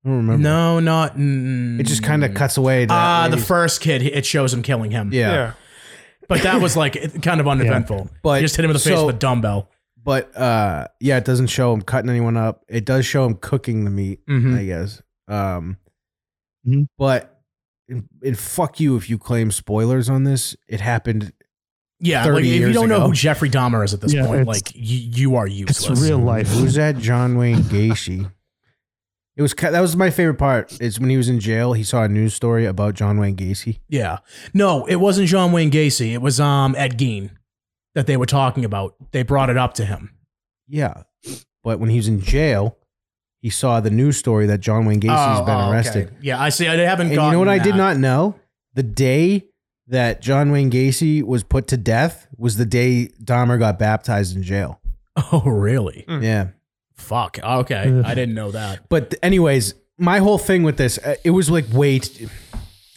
A: I don't remember.
C: No, not. Mm,
A: It just kind of cuts away. To
C: Ah, the
A: lady's-
C: first kid. It shows him killing him.
A: yeah.
C: but that was like
A: *laughs*
C: it- kind of uneventful.
A: But-
C: He just hit him in the face
A: so-
C: with a dumbbell.
A: But uh, yeah, it doesn't show him cutting anyone up. It does show him cooking the meat,
C: Mhm.
A: I guess. Um, Mm-hmm.
D: Mhm.
A: but and, and fuck you if you claim spoilers on this. It happened.
C: Yeah,
A: 30
C: like if you
A: years
C: don't know
A: ago.
C: who Jeffrey Dahmer is at this
D: Yeah,
C: point,
D: it's-
C: like you, you are
D: it's
C: useless.
D: real life.
A: Who's that? John Wayne Gacy. It was ki- that was my favorite part. Is when he was in jail, he saw a news story about John Wayne Gacy.
C: Yeah. No, it wasn't John Wayne Gacy. It was um Ed Gein that they were talking about. They brought it up to him.
A: Yeah, but when he was in jail, he saw the news story that John Wayne Gacy has
C: Oh,
A: been
C: oh, okay.
A: arrested.
C: Yeah, I see. I haven't.
A: And you know what I did
C: gotten that.
A: not know? The day that John Wayne Gacy was put to death was the day Dahmer got baptized in jail.
C: *laughs* Oh, really?
A: Yeah.
C: Fuck. Okay, I didn't know that.
A: But anyways, my whole thing with this, uh, it was like wait,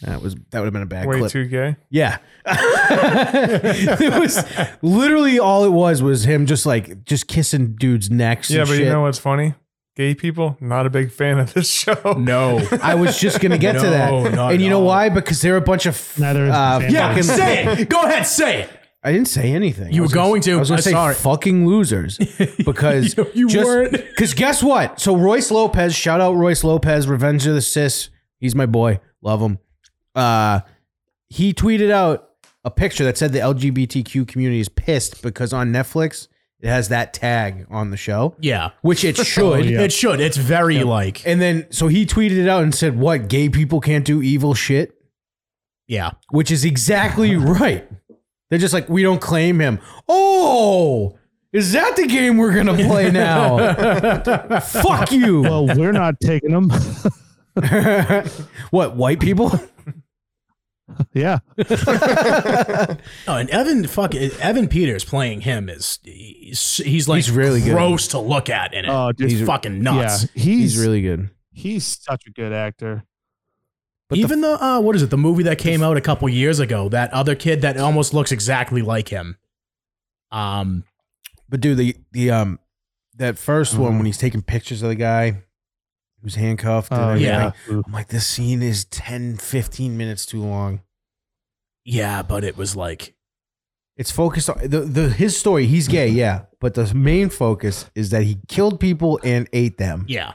A: that was that would have been a bad
E: Way
A: clip.
E: too gay.
A: yeah. *laughs* it was literally all it was was him just like just kissing dudes necks.
E: Yeah,
A: and
E: but you
A: shit.
E: know what's funny? Gay people, not a big fan of this *laughs* show.
A: *laughs*
C: No.
A: I was just gonna get to
C: *laughs* No,
A: that,
C: not
A: and you
C: at
A: know
C: all.
A: why? Because they're a bunch of f-
D: Neither is the
A: uh,
D: family.
C: yeah,
A: fucking-
C: say it. *laughs* Go ahead, say it.
A: I didn't say anything.
C: You
A: I was
C: were going to.
A: I was
C: I
A: going to
C: saw
A: say
C: it.
A: fucking losers because
C: *laughs* You- you weren't.
A: Because guess what? So Royce Lopez, shout out Royce Lopez, Revenge of the Sis. He's my boy. Love him. Uh, he tweeted out a picture that said the LGBTQ community is pissed because on Netflix it has that tag on the show,
C: Yeah. Oh,
A: which
C: *laughs*
A: it should.
C: It should. It's very like.
A: And then so he tweeted it out and said, "What gay people can't do evil shit."
C: Yeah.
A: which is exactly right. They're just like, we don't claim him. Oh, is that the game we're going to play now? Fuck you.
D: *laughs* well, we're not taking them.
A: *laughs* what, white people?
D: *laughs* yeah.
C: Oh, and Evan fuck Evan Peters playing him is he's, he's like
A: He's really good.
C: gross to look at in it.
D: Oh, dude.
C: he's
A: He's-
C: fucking nuts.
D: Yeah. He's,
A: He's really good.
D: he's such a good actor.
A: But
C: Even the, uh, what is it? The movie that came out a couple years ago. That other kid that almost looks exactly like him. Um,
A: But dude, the the um that first one when he's taking pictures of the guy He was handcuffed. and
D: Uh,
C: Oh,
A: everything.
C: yeah.
A: I'm like, this scene is 10, 15 minutes too long.
C: Yeah, but it was like
A: It's focused on the, the his story. He's gay, yeah, but the main focus is that he killed people and ate them.
C: yeah.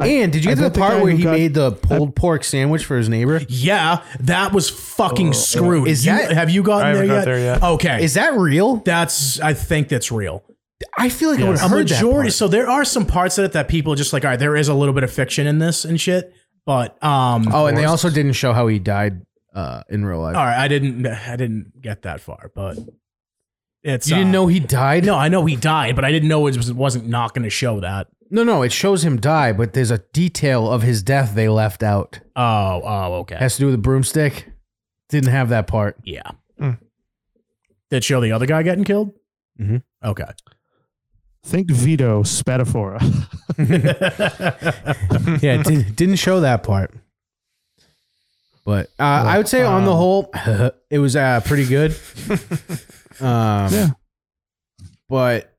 A: And did you
C: I
A: get to the
C: bet the
A: part
C: guy
A: where
C: who
A: he
C: got-
A: made the pulled pork sandwich for his neighbor?
C: Yeah, that was fucking screwed.
A: Oh, Is
C: You-
A: that-
C: have you gotten
A: I
C: there
A: haven't
C: yet?
A: got there yet.
C: Okay.
A: Is that real?
C: That's I think that's real.
A: I feel like I would've
C: a
A: heard that
C: majority.
A: part.
C: So there are some parts of it that people just like, all right, there is a little bit of fiction in this and shit. But um
A: Oh, and they also didn't show how he died uh, in real life.
C: all right, I didn't I didn't get that far, but it's uh,
A: You didn't know he died?
C: No, I know he died, but I didn't know it was, wasn't not gonna show that.
A: No, no, it shows him die, but there's a detail of his death they left out.
C: Oh, oh, okay.
A: Has to do with the broomstick. Didn't have that part.
C: Yeah.
A: Hmm.
C: Did show the other guy getting killed?
A: Mm-hmm.
C: Okay.
D: Think Vito Spadafora.
A: yeah, it did, didn't show that part. But uh, I would say on the *laughs* whole, it was uh, pretty good. um,
D: Yeah.
A: But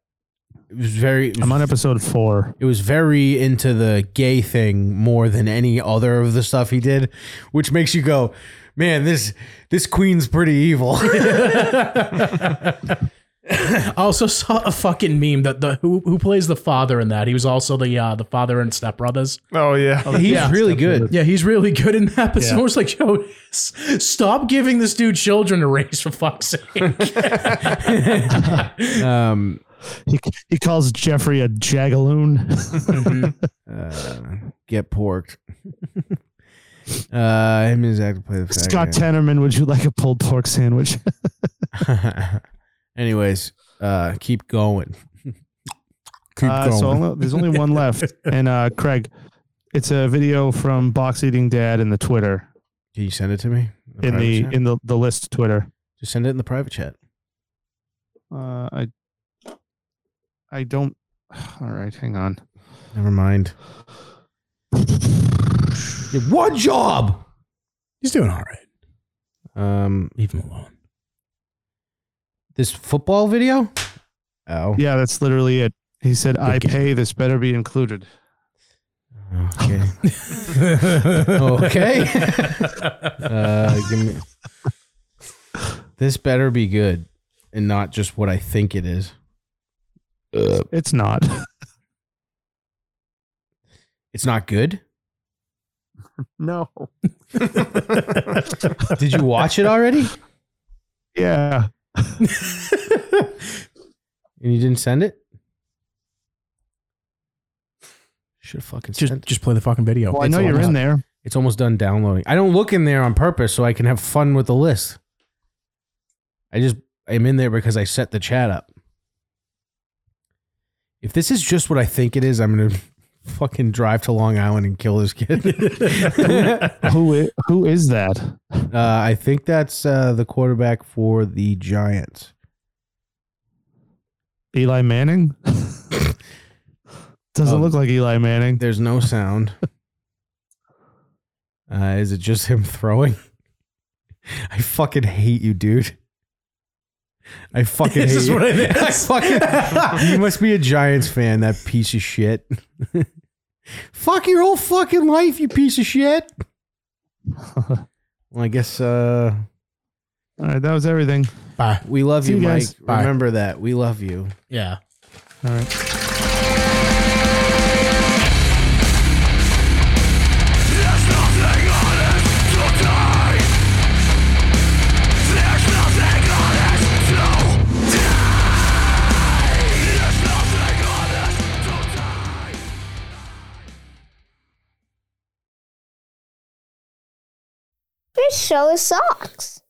A: it was very.
D: I'm on episode four.
A: It was very into the gay thing more than any other of the stuff he did, which makes you go, "Man, this this queen's pretty
D: *laughs*
A: evil."
C: I also *laughs* saw a fucking meme that the who who plays the father in that. He was also the uh, the father in Step Brothers.
E: Oh yeah,
A: He's really good.
C: Yeah, he's really good in that. But
A: Yeah.
C: someone's like, "Yo, s- stop giving this dude children to raise for fuck's sake."
A: *laughs* um,
D: he, he calls Jeffrey
A: *laughs*
D: a jagaloon.
A: uh, get
D: *laughs*
A: porked. uh, him and his actor play the fat
D: Scott
A: guy.
D: Tenorman, would you like a pulled pork sandwich?
A: *laughs* Anyways, uh, keep going. *laughs* Keep
D: Uh, so only- there's only
A: *laughs*
D: one left. And uh, Craig, it's a video from Box Eating Dad in the Twitter
A: Can you send it to me
D: in the
A: private chat?
D: in the, the list Twitter.
A: Just send it in the private chat.
D: Uh, I I don't. *sighs* All right, hang on.
A: Never mind. You have one job.
C: he's doing all right.
A: Um,
C: Leave him alone.
A: this football video. Oh,
D: Yeah, that's literally it. He said, "I pay. This better be included."
C: *laughs*
A: okay. *laughs* okay. uh, give me. This better be good, and not just what I think it is.
D: It's not.
A: It's not good.
D: *laughs* No.
A: Did you watch it already?
D: Yeah.
A: And you didn't send it. Should have fucking
C: *laughs* Just
A: sent. it.
C: just play the fucking video.
D: Well, I
A: It's
D: know
A: a
D: you're
A: lot.
D: in there.
A: It's almost done downloading. I don't look in there on purpose so I can have fun with the list. I just am in there because I set the chat up. If this is just what I think it is, I'm gonna *laughs* fucking drive to Long Island and kill this
C: *laughs*
A: kid. *laughs* uh,
D: who i- who is that?
A: I think that's uh, the quarterback for the Giants.
D: Eli Manning? Doesn't look like Eli Manning.
A: There's no
C: *laughs*
A: sound. Uh, is it just him throwing? *laughs* I fucking hate you, dude. I fucking
C: *laughs* This
A: hate
C: is
A: you.
C: what it is.
A: I
D: *laughs*
C: *laughs*
A: fucking, you must be a Giants fan, that piece of shit. *laughs* Fuck your whole fucking life, you piece of
D: *laughs*
A: shit. Well, I guess uh,
D: All right, that was everything.
C: Bye.
A: we love
D: See
A: you,
D: you
A: Mike.
D: guys. Bye.
A: Remember that. We love you.
C: Yeah.
D: All right.
O: This show is socks.